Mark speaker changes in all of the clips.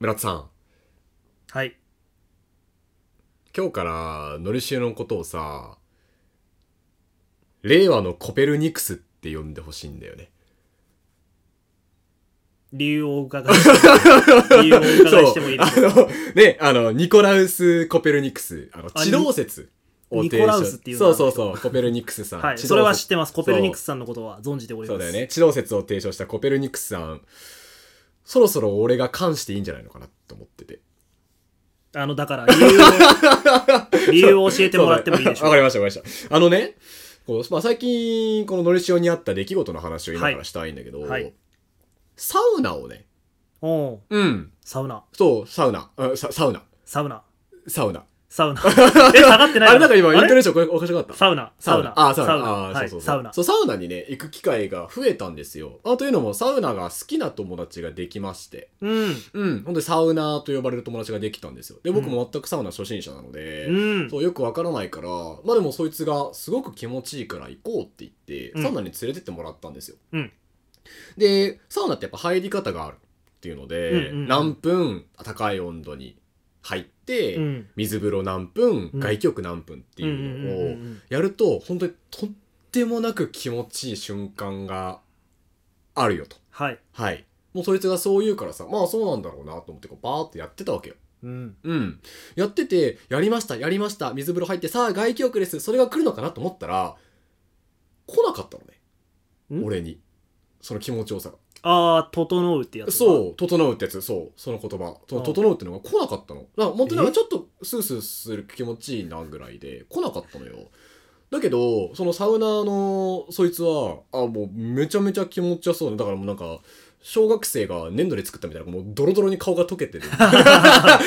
Speaker 1: 村田さん
Speaker 2: はい。
Speaker 1: 今日からのりしおのことをさ令和のコペルニクスって呼んでほしいんだよね
Speaker 2: 理由をお伺いしても理由をお伺いしてもいいですか
Speaker 1: そうあのねあのニコラウス・コペルニクスあの
Speaker 2: あ
Speaker 1: 地動説を提唱
Speaker 2: ニコラウスっていうの
Speaker 1: そ
Speaker 2: は
Speaker 1: うそうそうコペルニクスさん、
Speaker 2: はい。
Speaker 1: 地動説
Speaker 2: それは知ってます。コペルニクスさんのことは存じており
Speaker 1: そう
Speaker 2: ます。
Speaker 1: そうだよね地動説を提唱したコペルニクスさんそろそろ俺が関していいんじゃないのかなと思ってて
Speaker 2: あの、だ から、理由を、理由を教えてもらってもいいでしょ
Speaker 1: わか
Speaker 2: うか。
Speaker 1: りました、わかりました。あのね、こうまあ、最近、こののりしおにあった出来事の話を今からしたいんだけど、
Speaker 2: はいはい
Speaker 1: サウナをね、
Speaker 2: おう
Speaker 1: うん、
Speaker 2: サウナ、
Speaker 1: そう、サウナ、あササウナ、
Speaker 2: サウナ、
Speaker 1: サウナ。
Speaker 2: サ ウナ。え、下がってない
Speaker 1: あれなんか今、イン
Speaker 2: あ
Speaker 1: ト
Speaker 2: れ
Speaker 1: ネーションこれおかしくなかった。
Speaker 2: サウナ、サウナ、
Speaker 1: あ、サウナ。あー、
Speaker 2: はい
Speaker 1: そうそうそう。
Speaker 2: サウナ。
Speaker 1: そう、サウナにね、行く機会が増えたんですよ。あというのも、サウナが好きな友達ができまして。
Speaker 2: うん。
Speaker 1: うん。ほんで、サウナーと呼ばれる友達ができたんですよ。で、僕も全くサウナ初心者なので、
Speaker 2: うん。
Speaker 1: そうよくわからないからまあでもそいつがすごく気持ちいいから行こうって言って、
Speaker 2: うん
Speaker 1: サウナに連れてってもらったんですよ、
Speaker 2: うん
Speaker 1: でサウナってやっぱ入り方があるっていうので、
Speaker 2: うんうんうん
Speaker 1: 何分高い温度に入って、
Speaker 2: うん。
Speaker 1: 水風呂何分、
Speaker 2: うん
Speaker 1: 外気浴何分って
Speaker 2: うんうんう
Speaker 1: いうん
Speaker 2: う
Speaker 1: のを
Speaker 2: ん
Speaker 1: やると本当にとってもなく気持ちいい瞬間があるよと
Speaker 2: はい。
Speaker 1: はいもうそいつがそう言うからさまあそうなんだろうなと思ってこうバーってやってたわけよ
Speaker 2: うん。
Speaker 1: うん。やってて、やりました、やりました、水風呂入って、さあ、外気浴です、それが来るのかなと思ったら、来なかったのね。
Speaker 2: ん
Speaker 1: 俺に。その気持ちよさが。
Speaker 2: あー、整うってやつだ。
Speaker 1: そう、整うってやつ、そう、その言葉。と
Speaker 2: ああ
Speaker 1: 整うってのが来なかったの。なんか、本当になんか
Speaker 2: え
Speaker 1: ちょっとスースーする気持ちいいなぐらいで、来なかったのよ。だけど、そのサウナーのそいつは、あ、もうめちゃめちゃ気持ちよそうだ。だからもうなんか、小学生が粘土で作ったみたいな、もうドロドロに顔が溶けて る。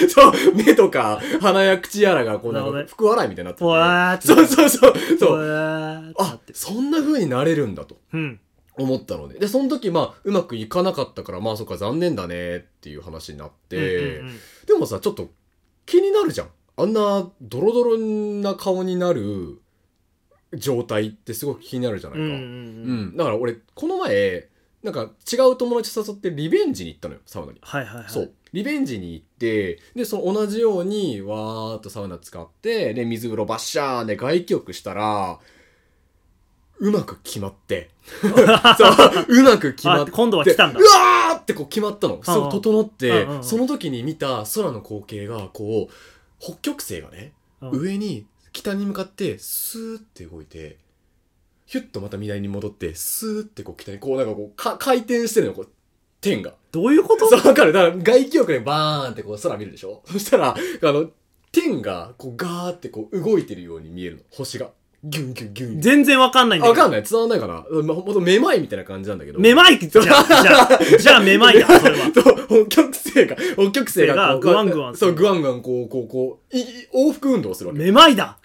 Speaker 1: そう、目とか鼻や口やらがこうなんか
Speaker 2: なるほどね
Speaker 1: 福笑いみたいになって
Speaker 2: うわーっ
Speaker 1: て。
Speaker 2: て
Speaker 1: そうそうそう。そうう。
Speaker 2: わーってな
Speaker 1: あ
Speaker 2: って、る。
Speaker 1: そんな風になれるんだと
Speaker 2: うん。
Speaker 1: 思ったのね。で、その時まあ、うまくいかなかったから、まあそっか残念だねっていう話になって、
Speaker 2: うんうんうん
Speaker 1: でもさ、ちょっと気になるじゃん。あんなドロドロな顔になる状態ってすごく気になるじゃないか。
Speaker 2: うんうんうん
Speaker 1: うんだから俺、この前、なんか違う友達誘ってリベンジに行ったのよ、サウナに。
Speaker 2: はいはいはい。
Speaker 1: そう。リベンジに行って、で、その同じように、わーっとサウナ使って、で、水風呂バッシャーで外気浴したら、うまく決ま って。そう、うまく決ま
Speaker 2: あ
Speaker 1: っ、て。
Speaker 2: 今度は来たんだ
Speaker 1: う。わーってこう決まったの。す
Speaker 2: うんう
Speaker 1: ご
Speaker 2: ん
Speaker 1: い整って
Speaker 2: うんうんう、ん
Speaker 1: その時に見た空の光景が、こう、北極星がね、
Speaker 2: うん
Speaker 1: 上に、北に向かって、スーって動いて、ヒュッとまた南に戻って、スーってこう北に、こうなんかこう、か回転してるのよ、こう、天が。
Speaker 2: どういうこ と
Speaker 1: そう、わかる。だから、外気浴でバーンってこう空見るでしょ そしたら、あの、天がこうガーってこう動いてるように見えるの。星が。ギュンギュンギュン。
Speaker 2: 全然わかんないん
Speaker 1: あ
Speaker 2: だ
Speaker 1: わ
Speaker 2: けど
Speaker 1: かんない。伝わんないかな。うんまあほんとめまいみたいな感じなんだけど。
Speaker 2: めまいじゃん。じゃあ、じゃあめまいだ、それは。
Speaker 1: と、北極星が、北極星がこう、
Speaker 2: 北極星がグワングワンす
Speaker 1: そ
Speaker 2: る
Speaker 1: う、グワングワン、こう、こう、こう、いい往復運動をするわけ。
Speaker 2: めまいだ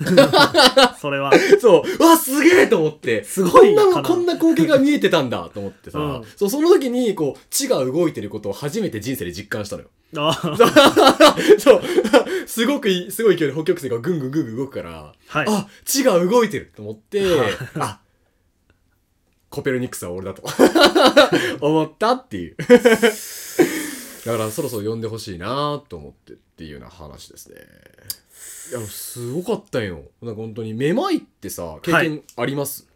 Speaker 2: それは。
Speaker 1: そう、うわ、すげえと思って。
Speaker 2: すごい
Speaker 1: こん
Speaker 2: か
Speaker 1: な、
Speaker 2: な
Speaker 1: こんな光景が見えてたんだと思ってさ、
Speaker 2: うん
Speaker 1: そう、その時に、こう、地が動いてることを初めて人生で実感したのよ。
Speaker 2: あ
Speaker 1: そう。すごくいい、すごい勢いで北極星がぐんぐんぐんぐん動くから、
Speaker 2: はい。
Speaker 1: あ、地が動いてると思って、あ、コペルニクスは俺 だと思ったっていう。だからそろそろ呼んでほしいなと思ってっていうような話ですね。いや、すごかったよ。なんか本当に、めまいってさ、経験あります、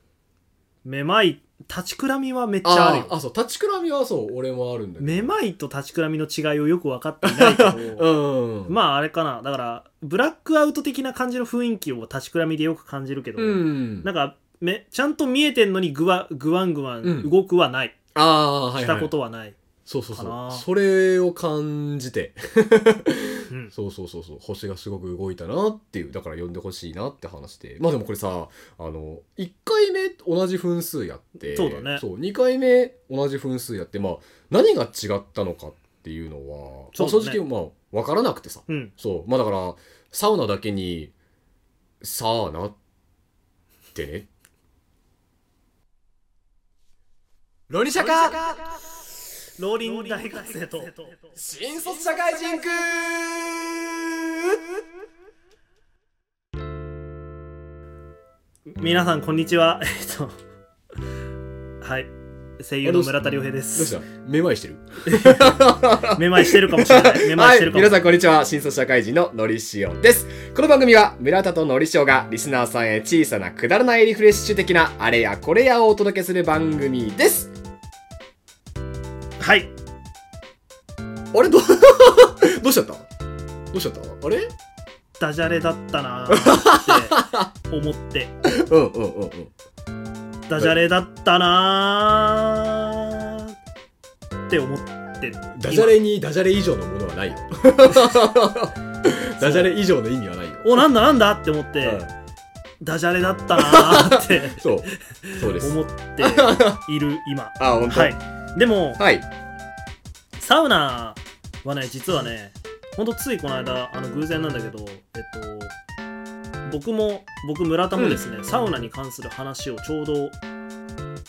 Speaker 2: めまい、立ちくらみはめっちゃあるよ。
Speaker 1: あ、そう、立ちくらみはそう、俺もあるんだけど。
Speaker 2: めまいと立ちくらみの違いをよく分かっていない け
Speaker 1: う
Speaker 2: ど、
Speaker 1: ん。
Speaker 2: まああれかな。だから、ブラックアウト的な感じの雰囲気を立ちくらみでよく感じるけど、
Speaker 1: うん。
Speaker 2: なんか、めちゃんと見えてんのにぐわぐわんぐわ
Speaker 1: うん
Speaker 2: ん動くはない、
Speaker 1: ああ、はい、はい。
Speaker 2: したことはない、
Speaker 1: そうそうそ
Speaker 2: かな
Speaker 1: う。それを感じて、
Speaker 2: うん
Speaker 1: そうそうそうそう、星がすごく動いたなっていう、だから呼んでほしいなって話で。まあでもこれさ、あの、1回目同じ分数やって、
Speaker 2: そうだね
Speaker 1: そう、2回目同じ分数やって、まあ何が違ったのかっていうのは、
Speaker 2: そう
Speaker 1: ま
Speaker 2: だね
Speaker 1: あ正直まあ分からなくてさ、
Speaker 2: うん
Speaker 1: そう、まあだから、サウナだけに、サーナってね。ロニシャカ
Speaker 2: ローリン大学生と
Speaker 1: 新卒社会人く
Speaker 2: 皆さんこんにちはえっとはい声優の村田亮平で
Speaker 1: どうし
Speaker 2: す
Speaker 1: ためまいしてる
Speaker 2: めまいしてるかもし れないめまいしてるか
Speaker 1: はい、
Speaker 2: も
Speaker 1: 皆さんこんにちは新卒社会人ののりしおですこの番組は村田とのりしおがリスナーさんへ小さなくだらないリフレッシュ的なあれやこれやをお届けする番組です
Speaker 2: はい
Speaker 1: あれど どうしちゃったどうしちゃったあれ
Speaker 2: ダジャレだったなーって思って
Speaker 1: うんうんうんうん
Speaker 2: ダジャレだったなーって思ってる
Speaker 1: ダジャレにダジャレ以上のものはないよ ダジャレ以上の意味はないよ
Speaker 2: おなんだなんだって思って、
Speaker 1: うん
Speaker 2: ダジャレだったなーって
Speaker 1: そうそうです
Speaker 2: 思っている今
Speaker 1: あ本当
Speaker 2: はい でも
Speaker 1: はい
Speaker 2: サウナはね実はねほんとついこの間あの偶然なんだけどえっと僕も僕村田もですね、サウナに関する話をちょうど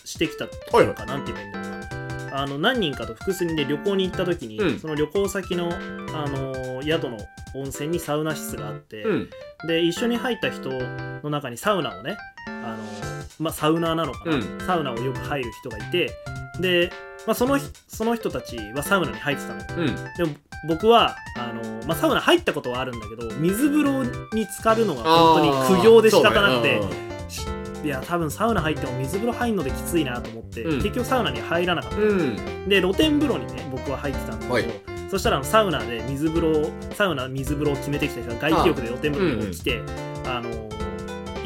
Speaker 2: してきたというか、なんて言えばいいんだろうなあの何人かと複数人で旅行に行った時に、
Speaker 1: うん
Speaker 2: その旅行先の、あのー宿の温泉にサウナ室があって、
Speaker 1: うん
Speaker 2: で一緒に入った人の中にサウナをねあの、まあ、サウナーなのかな、
Speaker 1: うん
Speaker 2: サウナをよく入る人がいてで、まあ、その人その人たちはサウナに入ってたの
Speaker 1: うん
Speaker 2: でも僕はあの、まあ、サウナ入ったことはあるんだけど水風呂に浸かるのが本当に苦行で仕方なくて、
Speaker 1: そうね
Speaker 2: しいや多分サウナ入っても水風呂入るのできついなと思って、
Speaker 1: うん
Speaker 2: 結局サウナに入らなかった、
Speaker 1: うん
Speaker 2: で露天風呂にね僕は入ってたんだけど、
Speaker 1: はい
Speaker 2: そしたらあのサウナで水風呂をサウナ水風呂を決めてきた人が外気浴で露天風呂に来てあ、のー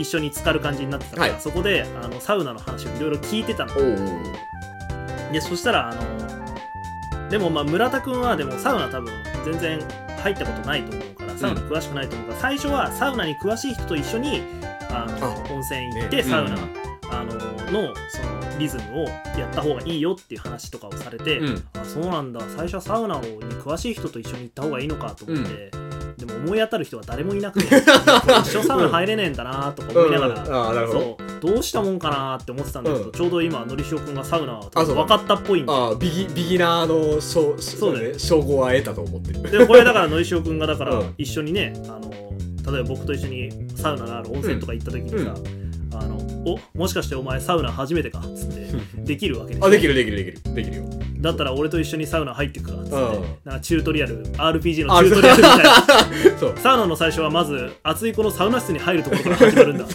Speaker 2: 一緒に浸かる感じになってたから、
Speaker 1: はい
Speaker 2: そこであのサウナの話をいろいろ聞いてたの
Speaker 1: おうおう
Speaker 2: でそしたらあのーでもまあ村田君はでもサウナ多分全然入ったことないと思うからサウナ詳しくないと思うから、最初はサウナに詳しい人と一緒にあの
Speaker 1: あ
Speaker 2: 温泉行っ
Speaker 1: ね
Speaker 2: てサウナ、
Speaker 1: うん
Speaker 2: あののそのリズムをやった方がいいよっていう話とかをされ て、
Speaker 1: うん
Speaker 2: あそうなんだ最初はサウナをに詳しい人と一緒に行った方がいいのかと思って、でも思い当たる人は誰もいなく て一生サウナ入れねえんだなとか思いながら、
Speaker 1: うんあーなるほど
Speaker 2: そうどうしたもんかなって思ってたんだけど、
Speaker 1: うん
Speaker 2: ちょうど今のりしおくんがサウナを
Speaker 1: あそう
Speaker 2: 分かったっぽいんで
Speaker 1: ああビギビギナーの称そう
Speaker 2: だよ
Speaker 1: ね称号は得たと思って る
Speaker 2: でもこれだからのりしおくんがだか
Speaker 1: う
Speaker 2: ら
Speaker 1: ん
Speaker 2: 一緒にね、あの例えば僕と一緒にサウナがある温泉とか行った時にさ、あのおもしかしてお前サウナ初めてかっつってできるわけでしょ
Speaker 1: あできるできるできるできるよ
Speaker 2: だったら俺と一緒にサウナ入ってくかっつって、
Speaker 1: うん
Speaker 2: なんかチュートリアル RPG の
Speaker 1: あ
Speaker 2: チュートリアルみたいな
Speaker 1: そう
Speaker 2: サウナの最初はまず熱いこのサウナ室に入るところから始まる んだ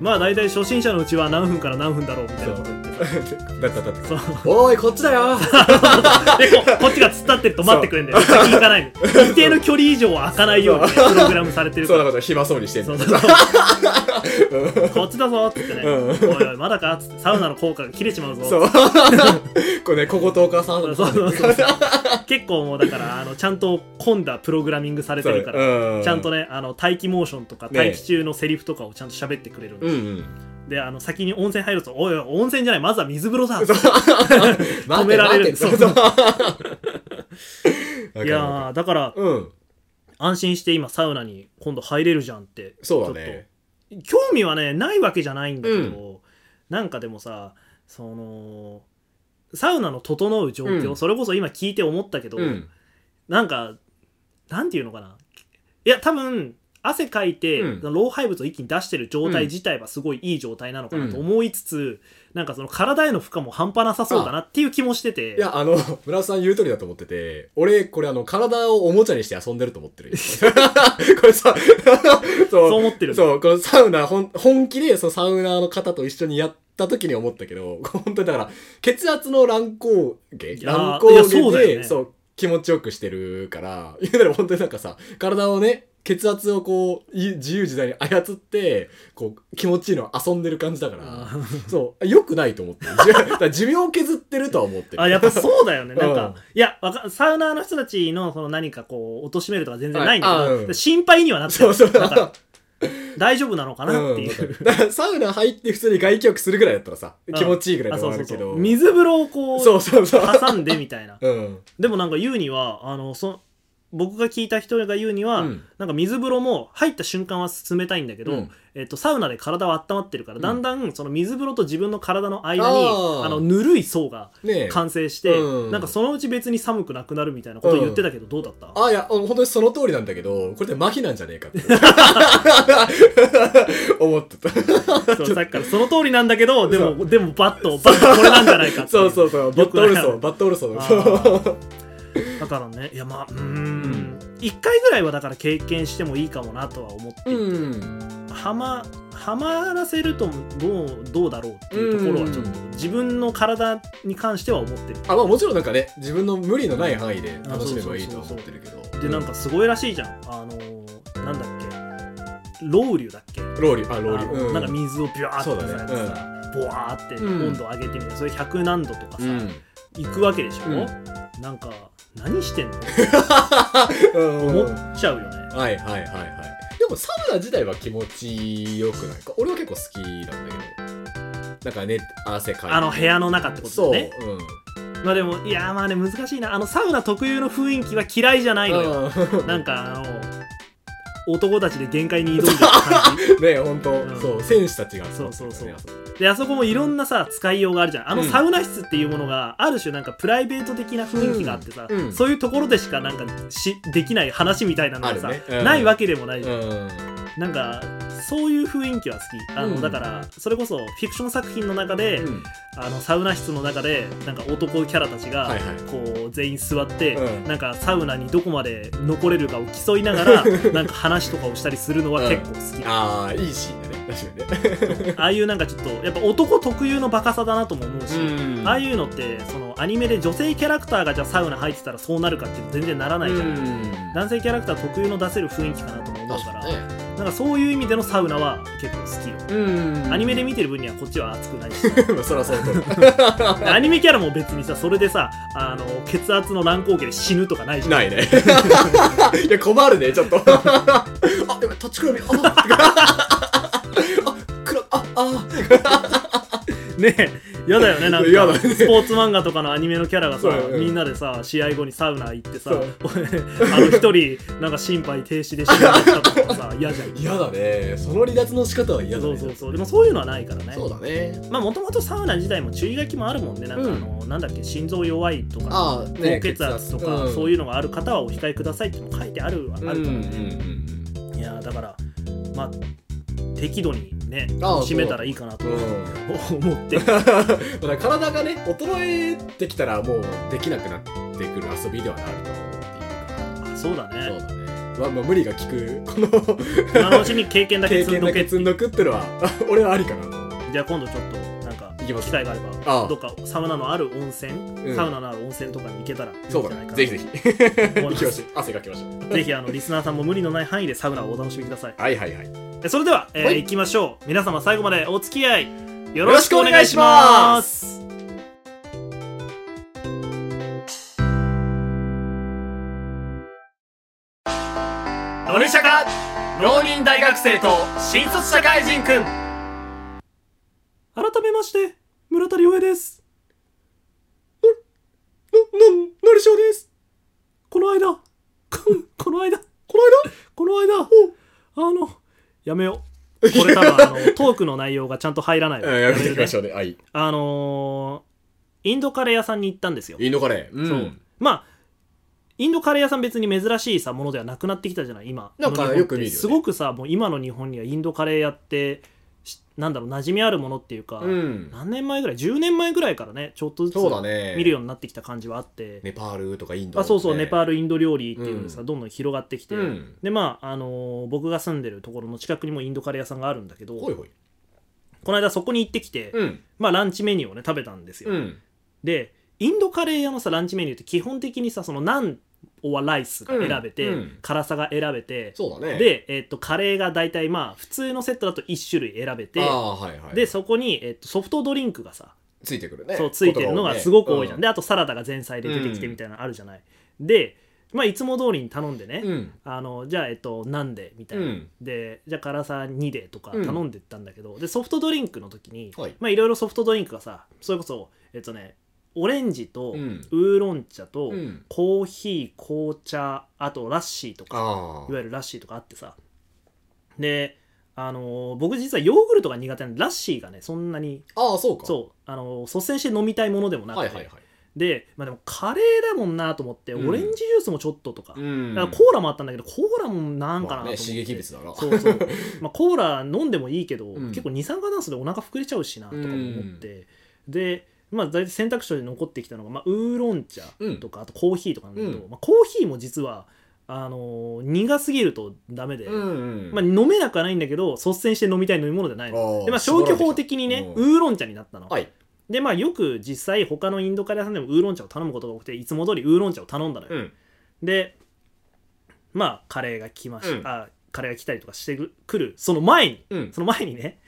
Speaker 2: まあ大体初心者のうちは何分から何分だろうみたいなこと言ってさ
Speaker 1: だっただった
Speaker 2: そう
Speaker 1: おいこっちだよ
Speaker 2: でここっちが突っ立ってると待ってくれんだよ先行かない の一定の距離以上は開かないようにねプログラムされてるか
Speaker 1: そう
Speaker 2: ら
Speaker 1: なこと暇そうにしてん
Speaker 2: そ
Speaker 1: の
Speaker 2: うそう そうこっちだぞっつってね、
Speaker 1: う
Speaker 2: おいおいまだかっつってサウナの効果が切れちまうぞ
Speaker 1: そう これね小言お母さん
Speaker 2: そうそうそうそう結構もうだからあのちゃんと混んだプログラミングされてるから、
Speaker 1: ら
Speaker 2: ちゃんとねあの待機モーションとか
Speaker 1: ね
Speaker 2: 待機中のセリフとかをちゃんと喋ってくれるんで
Speaker 1: う
Speaker 2: す、
Speaker 1: ん うん
Speaker 2: であの先に温泉入ると「おいおい温泉じゃないまずは水風呂だ」
Speaker 1: 止
Speaker 2: められる
Speaker 1: そう
Speaker 2: そ
Speaker 1: そうう
Speaker 2: いやーだから
Speaker 1: うん
Speaker 2: 安心して今サウナに今度入れるじゃんって
Speaker 1: そうだね
Speaker 2: ちょっと興味はねないわけじゃないんだけど、なんかでもさそのサウナの整う状況、
Speaker 1: うん
Speaker 2: それこそ今聞いて思ったけど、
Speaker 1: うん
Speaker 2: なんかなんていうのかないや多分汗かいて、
Speaker 1: うん
Speaker 2: 老廃物を一気に出してる状態自体はすごいいい状態なのかなと思いつつ、なんかその体への負荷も半端なさそうだなっていう気もしてて
Speaker 1: いやあの 村田さん言う通りだと思ってて俺これあの体をおもちゃにして遊んでると思ってる これさ そう
Speaker 2: そう思ってるう
Speaker 1: そう、このサウナ、ほん本気でそのサウナーの方と一緒にやった時に思ったけど、 本当にだから、血圧の乱高下
Speaker 2: いやー
Speaker 1: 乱高下で
Speaker 2: いやそうだよね
Speaker 1: そう気持ちよくしてるから、 言うなら本当になんかさ、体をね、血圧をこう、い自由自在に操って、こう、気持ちいいのを遊んでる感じだから、そう、良くないと思ってる。 じゅだから寿命を削ってるとは思ってる。
Speaker 2: あやっぱそうだよね
Speaker 1: うん
Speaker 2: なんか、いやわかサウナーの人たちのその何かこう貶としめるとか全然ないんだけど、
Speaker 1: はいあうん
Speaker 2: 心配にはなって
Speaker 1: そ
Speaker 2: る
Speaker 1: うそう。
Speaker 2: なんか大丈夫なのかなっていう、
Speaker 1: うんだからサウナ入って普通に外気浴するぐらいだったらさ、気持ちいいぐらい
Speaker 2: あ
Speaker 1: で
Speaker 2: そ
Speaker 1: 終
Speaker 2: う
Speaker 1: わ
Speaker 2: そ
Speaker 1: るけ
Speaker 2: うそ
Speaker 1: ど。
Speaker 2: う水風呂をこう
Speaker 1: そうそうそう。
Speaker 2: 挟んでみたいな
Speaker 1: うん。
Speaker 2: でもなんか言うにはあのそ僕が聞いた人が言うには、
Speaker 1: うん
Speaker 2: なんか水風呂も入った瞬間は冷たいんだけど、
Speaker 1: うん
Speaker 2: えっと、サウナで体は温まってるから、
Speaker 1: うん
Speaker 2: だんだんその水風呂と自分の体の間に
Speaker 1: あー
Speaker 2: あのぬるい層が
Speaker 1: ねえ
Speaker 2: 完成して、
Speaker 1: うん
Speaker 2: なんかそのうち別に寒くなくなるみたいなことを言ってたけど、どうだった、
Speaker 1: あいや本当にその通りなんだけどこれって麻痺なんじゃねえかって 思ってた
Speaker 2: そうさっきからその通りなんだけどで
Speaker 1: そ
Speaker 2: もでもバッとバッとこれなんじゃないかってい
Speaker 1: そうそうそうバットオルソンバットオルソン
Speaker 2: あ
Speaker 1: そう
Speaker 2: ーだからねいやまあうーん1回ぐらいはだから経験してもいいかもなとは思っていて、
Speaker 1: うん
Speaker 2: はまはまらせるとどうどうだろうっていうところはちょっと自分の体に関しては思ってる。
Speaker 1: あまあもちろんなんかね自分の無理のない範囲で
Speaker 2: あ
Speaker 1: 楽しめばいいとは
Speaker 2: そ
Speaker 1: 思
Speaker 2: う
Speaker 1: っ
Speaker 2: そう
Speaker 1: て
Speaker 2: そう
Speaker 1: るけど
Speaker 2: でなんかすごいらしいじゃんあのーなんだっけロウリュだっけ
Speaker 1: ローリュあローリ
Speaker 2: あ
Speaker 1: ュ、
Speaker 2: の
Speaker 1: うん、
Speaker 2: なんか水をビュワーってさ
Speaker 1: そうだね
Speaker 2: やってさボワーって
Speaker 1: うん
Speaker 2: 温度上げてみたいなそれ100何度とかさ、
Speaker 1: うん、
Speaker 2: 行くわけでしょ、なんか何してんのって
Speaker 1: うん
Speaker 2: 思っちゃうよね。
Speaker 1: はいはいはいはいでもサウナ自体は気持ちよくないか俺は結構好きなんだけどなんかね汗かいて
Speaker 2: あの部屋の中ってこと
Speaker 1: そう、
Speaker 2: だよね。
Speaker 1: うん
Speaker 2: まあでもいやーまあね難しいなあのサウナ特有の雰囲気は嫌いじゃないのよ。
Speaker 1: うん
Speaker 2: なんかあの男たちで限界に挑んでる感 じ
Speaker 1: ね本当、
Speaker 2: うん
Speaker 1: そう選手たちが集まって
Speaker 2: そ
Speaker 1: る
Speaker 2: う
Speaker 1: か
Speaker 2: そう
Speaker 1: らね
Speaker 2: そであそこもいろんなさ使いようがあるじゃんあの
Speaker 1: うん
Speaker 2: サウナ室っていうものがある種なんかプライベート的な雰囲気があってさ、
Speaker 1: うんうん
Speaker 2: そういうところでしかなんかしできない話みたいなのがさ、
Speaker 1: あるねうん
Speaker 2: ないわけでもないじゃん、
Speaker 1: うん
Speaker 2: なんかそういう雰囲気は好きあの、
Speaker 1: うん
Speaker 2: だからそれこそフィクション作品の中で、
Speaker 1: うん
Speaker 2: あのサウナ室の中でなんか男キャラたちが、
Speaker 1: はいはい
Speaker 2: こう全員座って、
Speaker 1: うん
Speaker 2: なんかサウナにどこまで残れるかを競いな がらなんか話とかをしたりするのは結構好き、
Speaker 1: あ
Speaker 2: あ
Speaker 1: あいいシーンだね確か
Speaker 2: あいうなんかちょっとやっぱ男特有のバカさだなとも思うし、
Speaker 1: にね、
Speaker 2: ああいうのってそのアニメで女性キャラクターがじゃあサウナ入ってたらそうなるかっていうと全然ならないじゃん、
Speaker 1: うん
Speaker 2: 男性キャラクター特有の出せる雰囲気かなとも思う
Speaker 1: 確
Speaker 2: から、
Speaker 1: かにね
Speaker 2: なんかそういう意味でのサウナは結構好きよ
Speaker 1: うん
Speaker 2: アニメで見てる分にはこっちは熱くないし
Speaker 1: まあそらそうと
Speaker 2: アニメキャラも別にさそれでさあの血圧の乱高下で死ぬとかないじゃん
Speaker 1: ないねいや困るねちょっとあでも立ちくらみああくらああ
Speaker 2: ねえ嫌だよねなんか
Speaker 1: 嫌だね
Speaker 2: スポーツ漫画とかのアニメのキャラがさ、
Speaker 1: うんうん
Speaker 2: みんなでさ試合後にサウナ行ってさ
Speaker 1: そう
Speaker 2: あの一人なんか心肺停止で死んじゃったと かさ嫌じゃん
Speaker 1: 嫌だねその離脱の仕方は嫌だ
Speaker 2: そ
Speaker 1: ね
Speaker 2: うそうそうでもそういうのはないからね
Speaker 1: そうだね
Speaker 2: まあもともとサウナ自体も注意書きもあるもんねなんかあの、なんだっけ心臓弱いとか
Speaker 1: ああ
Speaker 2: 高
Speaker 1: ね
Speaker 2: 血圧とか、そう
Speaker 1: い
Speaker 2: いうのがある方はお控えくださいって書いてあるはあ
Speaker 1: う
Speaker 2: る
Speaker 1: ん
Speaker 2: から
Speaker 1: うんうんうん
Speaker 2: ね、いやーだからまあ適度にね
Speaker 1: ああ
Speaker 2: 楽しめたらいいかなと
Speaker 1: うんうん
Speaker 2: 思って
Speaker 1: だから体がね衰えてきたらもうできなくなってくる遊びではなると思うって
Speaker 2: あそうだ
Speaker 1: いうかそう
Speaker 2: ね
Speaker 1: だねまあまあ無理が効くこの
Speaker 2: 今のうちに経験だ
Speaker 1: 経
Speaker 2: け積
Speaker 1: 験
Speaker 2: ん
Speaker 1: だ
Speaker 2: どけ
Speaker 1: け
Speaker 2: ってい
Speaker 1: 積
Speaker 2: うん
Speaker 1: どくってのは俺はありかなと思う
Speaker 2: じゃあ今度ちょっとなんか
Speaker 1: 行きます
Speaker 2: 機会があれ
Speaker 1: あ
Speaker 2: ば
Speaker 1: あ
Speaker 2: どっかサウナのある温泉、
Speaker 1: ん
Speaker 2: サウナのある温泉とかに行けたらいいんじゃ
Speaker 1: そう
Speaker 2: ない
Speaker 1: だ
Speaker 2: かな
Speaker 1: ね
Speaker 2: と
Speaker 1: ぜひぜひ
Speaker 2: 思い
Speaker 1: 行き
Speaker 2: ます
Speaker 1: ま しょう汗かきましょう
Speaker 2: ぜひあのリスナーさんも無理のない範囲でサウナをお楽しみください
Speaker 1: はいはいはい
Speaker 2: えそれでは、えー
Speaker 1: はい
Speaker 2: 行きましょう皆様最後までお付き合いよろしくお願いします
Speaker 1: ロニシャカ浪人大学生と
Speaker 2: 新卒社会人くん改めまして村田亮平です
Speaker 1: の、の、のりしょうです
Speaker 2: この間 ここの間
Speaker 1: この
Speaker 2: この間あのやめようこれ多分あのトークの内容がちゃんと入らないわ
Speaker 1: 間やめ
Speaker 2: やめ
Speaker 1: てい
Speaker 2: る
Speaker 1: き
Speaker 2: ね
Speaker 1: ましょうねはい
Speaker 2: あのーインドカレー屋さんに行ったんですよ
Speaker 1: インドカレーう
Speaker 2: そうまあインドカレー屋さん別に珍しいさものではなくなってきたじゃない今
Speaker 1: なんか
Speaker 2: この日本って
Speaker 1: よく見るよね
Speaker 2: すごくさもう今の日本にはインドカレー屋ってしなんだろう馴染みあるものっていうか、
Speaker 1: うん
Speaker 2: 何年前ぐらい10年前ぐらいからねちょっとずつ
Speaker 1: そうだね
Speaker 2: 見るようになってきた感じはあって、
Speaker 1: ネパールとかインド
Speaker 2: あそうそう、ネパー
Speaker 1: ル
Speaker 2: ルインド料理っていうのがさ、
Speaker 1: うん
Speaker 2: どんどん広がってきて、
Speaker 1: うん
Speaker 2: でまあ、あのー僕が住んでるところの近くにもインドカレー屋さんがあるんだけど
Speaker 1: ほいほい
Speaker 2: この間そこに行ってきて、
Speaker 1: うん
Speaker 2: まあランチメニューをね食べたんですよ、
Speaker 1: うん
Speaker 2: でインドカレー屋のさランチメニューって基本的にさそのナンはライスが選べて、
Speaker 1: うんうん
Speaker 2: 辛さが選べて、
Speaker 1: そうだね
Speaker 2: で、えっとカレーが大体まあ普通のセットだと1種類選べて
Speaker 1: ああはいはい
Speaker 2: でそこに、えっとソフトドリンクがさ
Speaker 1: ついてくるね
Speaker 2: そうついてるのがすごく多いじゃん、
Speaker 1: で
Speaker 2: であとサラダが前菜で出てきてみたいなのあるじゃない、で、まあ、いつも通りに頼んでね、
Speaker 1: うん
Speaker 2: あのじゃあえっとなんでみたいな、
Speaker 1: うん
Speaker 2: でじゃあ辛さ2でとか
Speaker 1: うん
Speaker 2: 頼んでったんだけど、でソフトドリンクの時に、
Speaker 1: はい
Speaker 2: まあいろいろソフトドリンクがさそれこそえっとねオレンジと
Speaker 1: うん
Speaker 2: ウーロン茶と
Speaker 1: うん
Speaker 2: コーヒー紅茶あとラッシーとか
Speaker 1: あ
Speaker 2: いわゆるラッシーとかあってさであのー僕実はヨーグルトが苦手なんでラッシーがねそんなに
Speaker 1: あああそうか
Speaker 2: そうあのー率先して飲みたいものでもなくて、
Speaker 1: はいはいはい
Speaker 2: で、まあ、でもカレーだもんなと思って、
Speaker 1: うん
Speaker 2: オレンジジュースもちょっととか,、
Speaker 1: ん
Speaker 2: だからコーラもあったんだけどコーラもなんかなと
Speaker 1: まあ
Speaker 2: 思って、
Speaker 1: ね、刺激物だな
Speaker 2: そうそうまあコーラ飲んでもいいけど、
Speaker 1: うん
Speaker 2: 結構二酸化炭素でお腹膨れちゃうしなとかも思って、でまあ大体選択肢で残ってきたのが、まあ、ウーロン茶とか、あとコーヒーとかなんだけど、
Speaker 1: う
Speaker 2: まあ、コーヒーも実はあのー苦すぎるとダメで、
Speaker 1: うんうん
Speaker 2: まあ、飲めなくはないんだけど率先して飲みたい飲み物じゃないの。でまあ、消去法的にね、ウーロン茶になったの、
Speaker 1: はい
Speaker 2: でまあよく実際他のインドカレー屋さんでもウーロン茶を頼むことが多くていつも通りウーロン茶を頼んだのよ、
Speaker 1: うん
Speaker 2: でまあカレーが来まし、
Speaker 1: うん
Speaker 2: あカレーが来たりとかしてくるその前に
Speaker 1: うん
Speaker 2: その前にね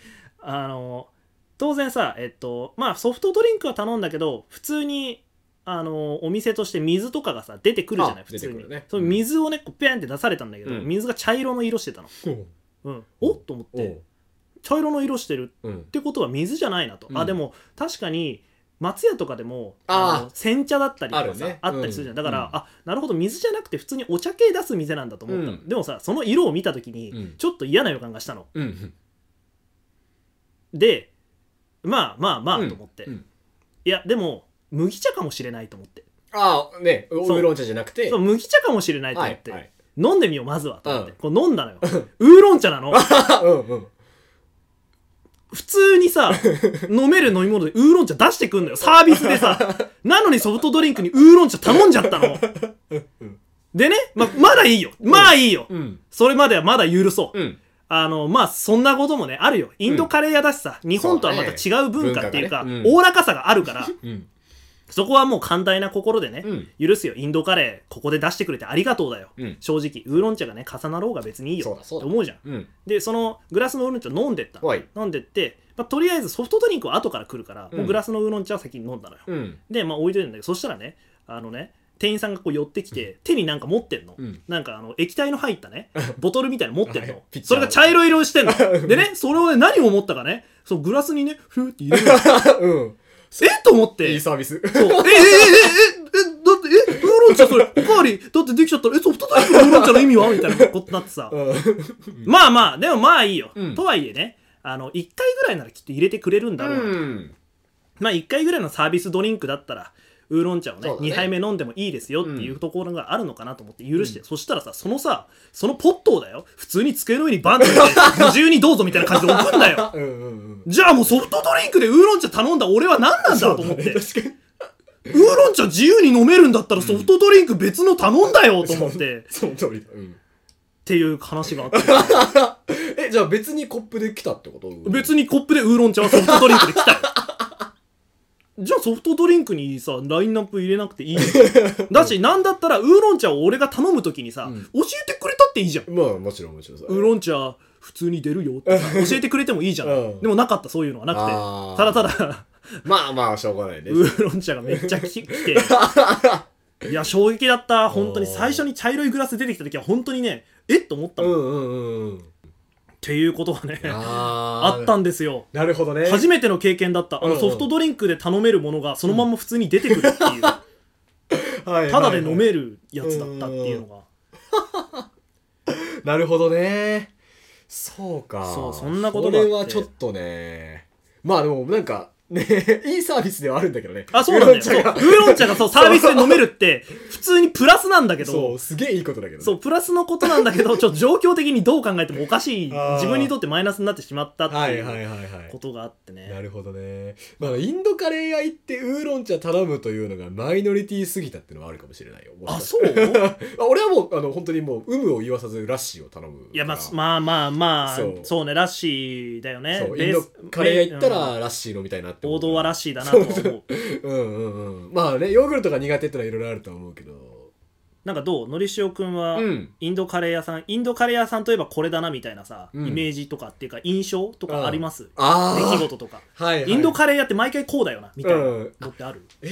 Speaker 2: あの当然さえっとまあソフトドリンクは頼んだけど普通にあのお店として水とかがさ出てくるじゃない
Speaker 1: あ
Speaker 2: 普通
Speaker 1: 出てく
Speaker 2: に、
Speaker 1: るね
Speaker 2: その水をねこうペンって出されたんだけど、
Speaker 1: うん
Speaker 2: 水が茶色の色してたの、うん、おっと思っ
Speaker 1: お
Speaker 2: て
Speaker 1: う
Speaker 2: 茶色の色してる
Speaker 1: うん
Speaker 2: ってことは水じゃないなと、
Speaker 1: うん
Speaker 2: あでも確かに松屋とかでも
Speaker 1: あー
Speaker 2: の煎茶だったりとか
Speaker 1: あ
Speaker 2: さ
Speaker 1: る
Speaker 2: あ,、
Speaker 1: ね
Speaker 2: ったりするじゃん
Speaker 1: うん
Speaker 2: だから、
Speaker 1: うん
Speaker 2: あなるほど水じゃなくて普通にお茶系出す店なんだと思ったの、
Speaker 1: うん
Speaker 2: でもさその色を見た時に
Speaker 1: うん
Speaker 2: ちょっと嫌な予感がしたの、
Speaker 1: うん
Speaker 2: でまあまあまあ
Speaker 1: うん
Speaker 2: と思って、
Speaker 1: うん
Speaker 2: いやでも麦茶かもしれないと思って
Speaker 1: ああねウ
Speaker 2: そう
Speaker 1: ーロン茶じゃなくて
Speaker 2: そう麦茶かもしれないと
Speaker 1: は
Speaker 2: 思っ
Speaker 1: い
Speaker 2: て、
Speaker 1: はい
Speaker 2: 飲んでみようまずはと思って、
Speaker 1: うん
Speaker 2: こう飲んだのよウーロン茶なの
Speaker 1: うんうん
Speaker 2: 普通 にさ飲める飲み物でウーロン茶出してくんのよサービス でさなのにソフトドリンクにウーロン茶頼んじゃったの
Speaker 1: うん
Speaker 2: でね、ままだいいよまあいいよ、
Speaker 1: うん
Speaker 2: それまではまだ許そう、
Speaker 1: うん
Speaker 2: あのまあそんなこともねあるよインドカレー屋だしさ、日本とはまた違う文化っていうか
Speaker 1: そうね文化がね
Speaker 2: おおらかさがあるから
Speaker 1: うん
Speaker 2: そこはもう寛大な心でね、
Speaker 1: うん
Speaker 2: 許すよインドカレーここで出してくれてありがとうだよ、
Speaker 1: うん
Speaker 2: 正直ウーロン茶がね重なろうが別にいいよ
Speaker 1: そうだ
Speaker 2: って
Speaker 1: そうだ
Speaker 2: 思うじゃん
Speaker 1: うん
Speaker 2: でそのグラスのウーロン茶飲んでったの
Speaker 1: はい
Speaker 2: 飲んでって、まあ、とりあえずソフトドリンクは後から来るから、
Speaker 1: うん
Speaker 2: もうグラスのウーロン茶は先に飲んだのよ、
Speaker 1: うん
Speaker 2: でまあ置いといたんだけどそしたらねあのね店員さんがこう寄ってきて、手になんか持ってんの、
Speaker 1: うん
Speaker 2: なんかあの液体の入ったねボトルみたいなの持ってん
Speaker 1: はい
Speaker 2: の
Speaker 1: ピッチャー
Speaker 2: それが茶色色してんのでねそれをね何を思ったかねそのグラスにねふーって入れるの
Speaker 1: うん
Speaker 2: えっと思って
Speaker 1: いいサービス
Speaker 2: そうえええええええだってえウーロン茶それおかわりだってできちゃったらえソフトタイプのウーロン茶の意味はみたいなことに なってさ
Speaker 1: う
Speaker 2: まあまあでもまあいいよ、
Speaker 1: うん
Speaker 2: とはいえねあの1回ぐらいならきっと入れてくれるんだろうな、
Speaker 1: ん
Speaker 2: まあ1回ぐらいのサービスドリンクだったらウーロン茶をね
Speaker 1: そうだね
Speaker 2: 2杯目飲んでもいいですよっていうところがあるのかなと思って許して、そしたらさそのさそのポットをだよ普通に机の上にバンって置いて 無重にどうぞみたいな感じで置くんだよ
Speaker 1: うんうん
Speaker 2: じゃあもうソフトドリンクでウーロン茶頼んだ俺は何なんだと 思って、
Speaker 1: 確かに
Speaker 2: ウーロン茶自由に飲めるんだったらソフトドリンク別の頼んだよと思って、っ
Speaker 1: その通りだうん
Speaker 2: ていう話があって
Speaker 1: えじゃあ別にコップで来たってこと
Speaker 2: 別にコップでウーロン茶はソフトドリンクで来たよ じゃあソフトドリンクにさラインナップ入れなくていいよ だしなんだったらウーロン茶を俺が頼む時にさ、
Speaker 1: うん
Speaker 2: 教えてくれたっていいじゃん
Speaker 1: まあもちろんもちろん
Speaker 2: ウーロン茶普通に出るよって さ教えてくれてもいいじゃん、
Speaker 1: うん
Speaker 2: でもなかったそういうのはなく
Speaker 1: あ
Speaker 2: て
Speaker 1: ー
Speaker 2: ただただ
Speaker 1: まあまあしょうがないね
Speaker 2: ウーロン茶がめっちゃき きていや衝撃だった本当に
Speaker 1: おー
Speaker 2: 最初に茶色いグラス出てきた時は本当にねえっと思った
Speaker 1: う
Speaker 2: もん、っ
Speaker 1: んうんうんうん
Speaker 2: ていうことがねあ
Speaker 1: あー
Speaker 2: ったんですよ
Speaker 1: なるほどね
Speaker 2: 初めての経験だったあ
Speaker 1: うん
Speaker 2: の
Speaker 1: うん
Speaker 2: ソフトドリンクで頼めるものがそのまんま普通に出てくるっていう た
Speaker 1: はいはいはい
Speaker 2: だで飲めるやつだったっていうのが
Speaker 1: なるほどねそうか
Speaker 2: そうそんなことがあって
Speaker 1: れはちょっとねまあでもなんかね いいサービスではあるんだけどね
Speaker 2: あそうなんだよ
Speaker 1: ウーロン茶が
Speaker 2: そうウーロン茶がそうサービスで飲めるって普通にプラスなんだけど
Speaker 1: そうすげえいいことだけどね
Speaker 2: そうプラスのことなんだけ どちょっと状況的にどう考えてもおかしい
Speaker 1: あー
Speaker 2: 自分にとってマイナスになってしまったって
Speaker 1: はいいはいうはいはい
Speaker 2: ことがあってね、
Speaker 1: なるほどね、まあ、インドカレー屋行ってウーロン茶頼むというのがマイノリティすぎたっていうのはあるかもしれないよ
Speaker 2: あ
Speaker 1: う
Speaker 2: そう
Speaker 1: 俺はもうあの本当にもう有無を言わさずラッシーを頼むから
Speaker 2: いやまあまあまあまあ
Speaker 1: そ
Speaker 2: そう
Speaker 1: う
Speaker 2: ねラッシーだよね
Speaker 1: そう
Speaker 2: ベ
Speaker 1: イン
Speaker 2: ー
Speaker 1: ド
Speaker 2: ス
Speaker 1: カレー屋行った
Speaker 2: う
Speaker 1: ら
Speaker 2: ん
Speaker 1: ラッシー飲みたいなって思
Speaker 2: 王
Speaker 1: うから
Speaker 2: 道はラッシーだなとは思う
Speaker 1: うんうんうんまあねヨーグルトが苦手ってのはいろいろあるとは思うけど
Speaker 2: なんかどうのりしおくんは、
Speaker 1: うん
Speaker 2: インドカレー屋さんインドカレー屋さんといえばこれだなみたいなさ、
Speaker 1: うん
Speaker 2: イメージとかっていうか印象とかあります、
Speaker 1: ああ
Speaker 2: 出来事とか、
Speaker 1: はい、はい、
Speaker 2: インドカレー屋って毎回こうだよなみたいなの
Speaker 1: うん
Speaker 2: ってある、
Speaker 1: え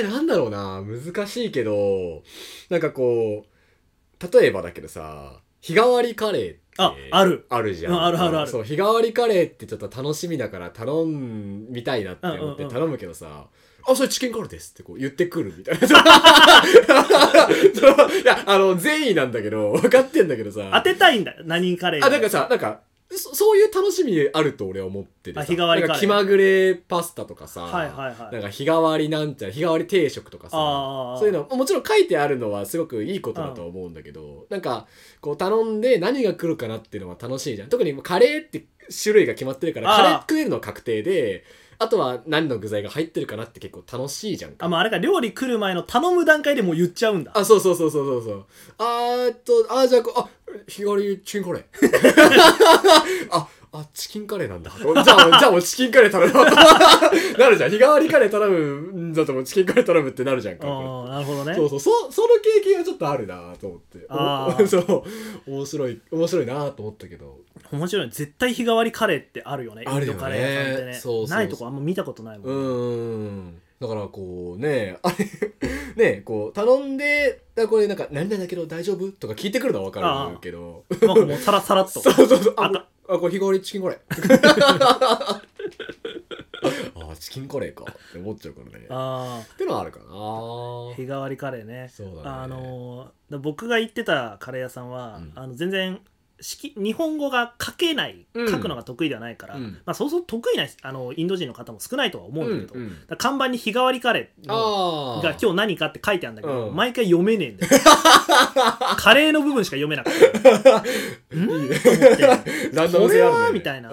Speaker 1: ー、なんだろうな難しいけどなんかこう例えばだけどさ日替わりカレーって
Speaker 2: あある
Speaker 1: あるじゃ
Speaker 2: うん
Speaker 1: ん
Speaker 2: あるあるある
Speaker 1: そう日替わりカレーってちょっと楽しみだから頼みたいなって思っ
Speaker 2: うんうん
Speaker 1: て
Speaker 2: うん
Speaker 1: 頼むけどさ、あ、それチキンカルですってこう言ってくるみた いな。 そういや、あの、善意なんだけど、分かってんだけどさ。
Speaker 2: 当てたいんだよ何カレー
Speaker 1: あ、なんかさ、なんか、そそういう楽しみあると俺は思っててさ
Speaker 2: あ日替わり
Speaker 1: な
Speaker 2: カレー
Speaker 1: んか気まぐれパスタとかさ、
Speaker 2: はいはいはい
Speaker 1: なんか日替わりなんちゃら日替わり定食とかさ
Speaker 2: あー
Speaker 1: そういうのもちろん書いてあるのはすごくいいことだとは思うんだけどなんかこう頼んで何が来るかなっていうのは楽しいじゃん特にカレーって種類が決まってるから
Speaker 2: あー
Speaker 1: カレー食えるのは確定であとは何の具材が入ってるかなって結構楽しいじゃんか
Speaker 2: あ、まあ、あれか料理来る前の頼む段階でもう言っちゃうんだ
Speaker 1: あ、そうそうそうそうそうそう。あーっと、あーじゃあこ、あ、日替わりチキンカレー。 あ、あ、チキンカレーなんだ。じゃあ、じゃあもうチキンカレー頼む。 なるじゃん。日替わりカレー頼むんだともうチキンカレー頼むってなるじゃん
Speaker 2: あ
Speaker 1: か。こ
Speaker 2: ーなるほど
Speaker 1: れ
Speaker 2: ね
Speaker 1: そうそう、そその経験はちょっとあるなと思って。
Speaker 2: あ
Speaker 1: お
Speaker 2: ー
Speaker 1: そう、面白い、面白いなと思ったけど。
Speaker 2: 面白い絶対日替わりカレーってあるよね
Speaker 1: あるよね
Speaker 2: インドカレー屋さんってね
Speaker 1: そうそうそう
Speaker 2: ないとこあんま見たことない
Speaker 1: う
Speaker 2: もんね、
Speaker 1: ーん。だからこうね、あれ、 ね、こう頼んで、だからこれなんか、何々だけど大丈夫とか聞いてくるのはわかるけど。
Speaker 2: なんかもうさらさらっ と
Speaker 1: そうそうそう。あ、
Speaker 2: あた
Speaker 1: これあこれ日替わりチキンカレ ー。あ、チキンカレーかって思っちゃうからね。っ
Speaker 2: あ
Speaker 1: てのはあるかな。
Speaker 2: あ日替わりカレーね
Speaker 1: そうだね。
Speaker 2: あのー僕が行ってたカレー屋さんは、
Speaker 1: うん
Speaker 2: あの全然式日本語が書けない、
Speaker 1: うん
Speaker 2: 書くのが得意ではないから、
Speaker 1: うん
Speaker 2: まあ、そうそう得意なあのインド人の方も少ないとは思
Speaker 1: う
Speaker 2: うんん
Speaker 1: う
Speaker 2: だ
Speaker 1: ん、
Speaker 2: けど、だから看板に日替わりカレーの
Speaker 1: ああ。
Speaker 2: が今日何かって書いてあるんだけど、
Speaker 1: うん
Speaker 2: 毎回読めねえん だよカレーの部分しか読めなくてんと思って
Speaker 1: ランダム性あるね
Speaker 2: これはみたいな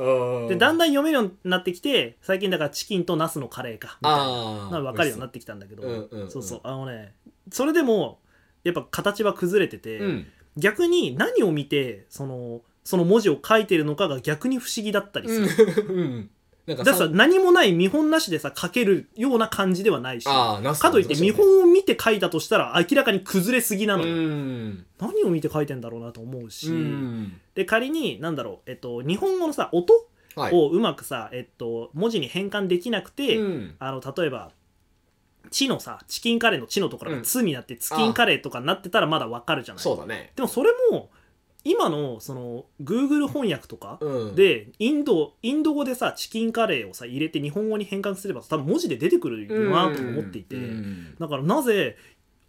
Speaker 2: でだんだん読めるようになってきて最近だからチキンとナスのカレーかみたいな
Speaker 1: ああ。
Speaker 2: なんか分かるように
Speaker 1: な
Speaker 2: な
Speaker 1: っ
Speaker 2: ってきたんだけど、
Speaker 1: うんうんうん
Speaker 2: そうそうあのねそれでもやっぱ形は崩れてて、
Speaker 1: てうん。
Speaker 2: 逆に何を見てそのその文字を書いてるのかが逆に不思議だったりする、
Speaker 1: うん。うんなんか
Speaker 2: だからさ何もない見本なしでさ書けるような感じではないしか
Speaker 1: ああ、なす
Speaker 2: といって見本を見て書いたとしたら明らかに崩れすぎな
Speaker 1: う
Speaker 2: のよ、
Speaker 1: ん。
Speaker 2: 何を見て書いてんだろうなと思うし、
Speaker 1: うん。
Speaker 2: で仮に何だろう、えっと、日本語のさ音
Speaker 1: はい。
Speaker 2: をうまくさ、えっと、文字に変換できなくて、
Speaker 1: うん
Speaker 2: あの例えば「チ」のさチキンカレーの「チ」のところ
Speaker 1: う
Speaker 2: が「
Speaker 1: ん
Speaker 2: ツ」になって「チキンカレー」とかになってたらまだわかるじゃない、
Speaker 1: そうだね。
Speaker 2: でもそれも今のその Google 翻訳とか
Speaker 1: うん。、
Speaker 2: でインドインド語でさチキンカレーをさ入れて日本語に変換すれば多分文字で出てくるよなとも思っていて、
Speaker 1: うん
Speaker 2: だからなぜ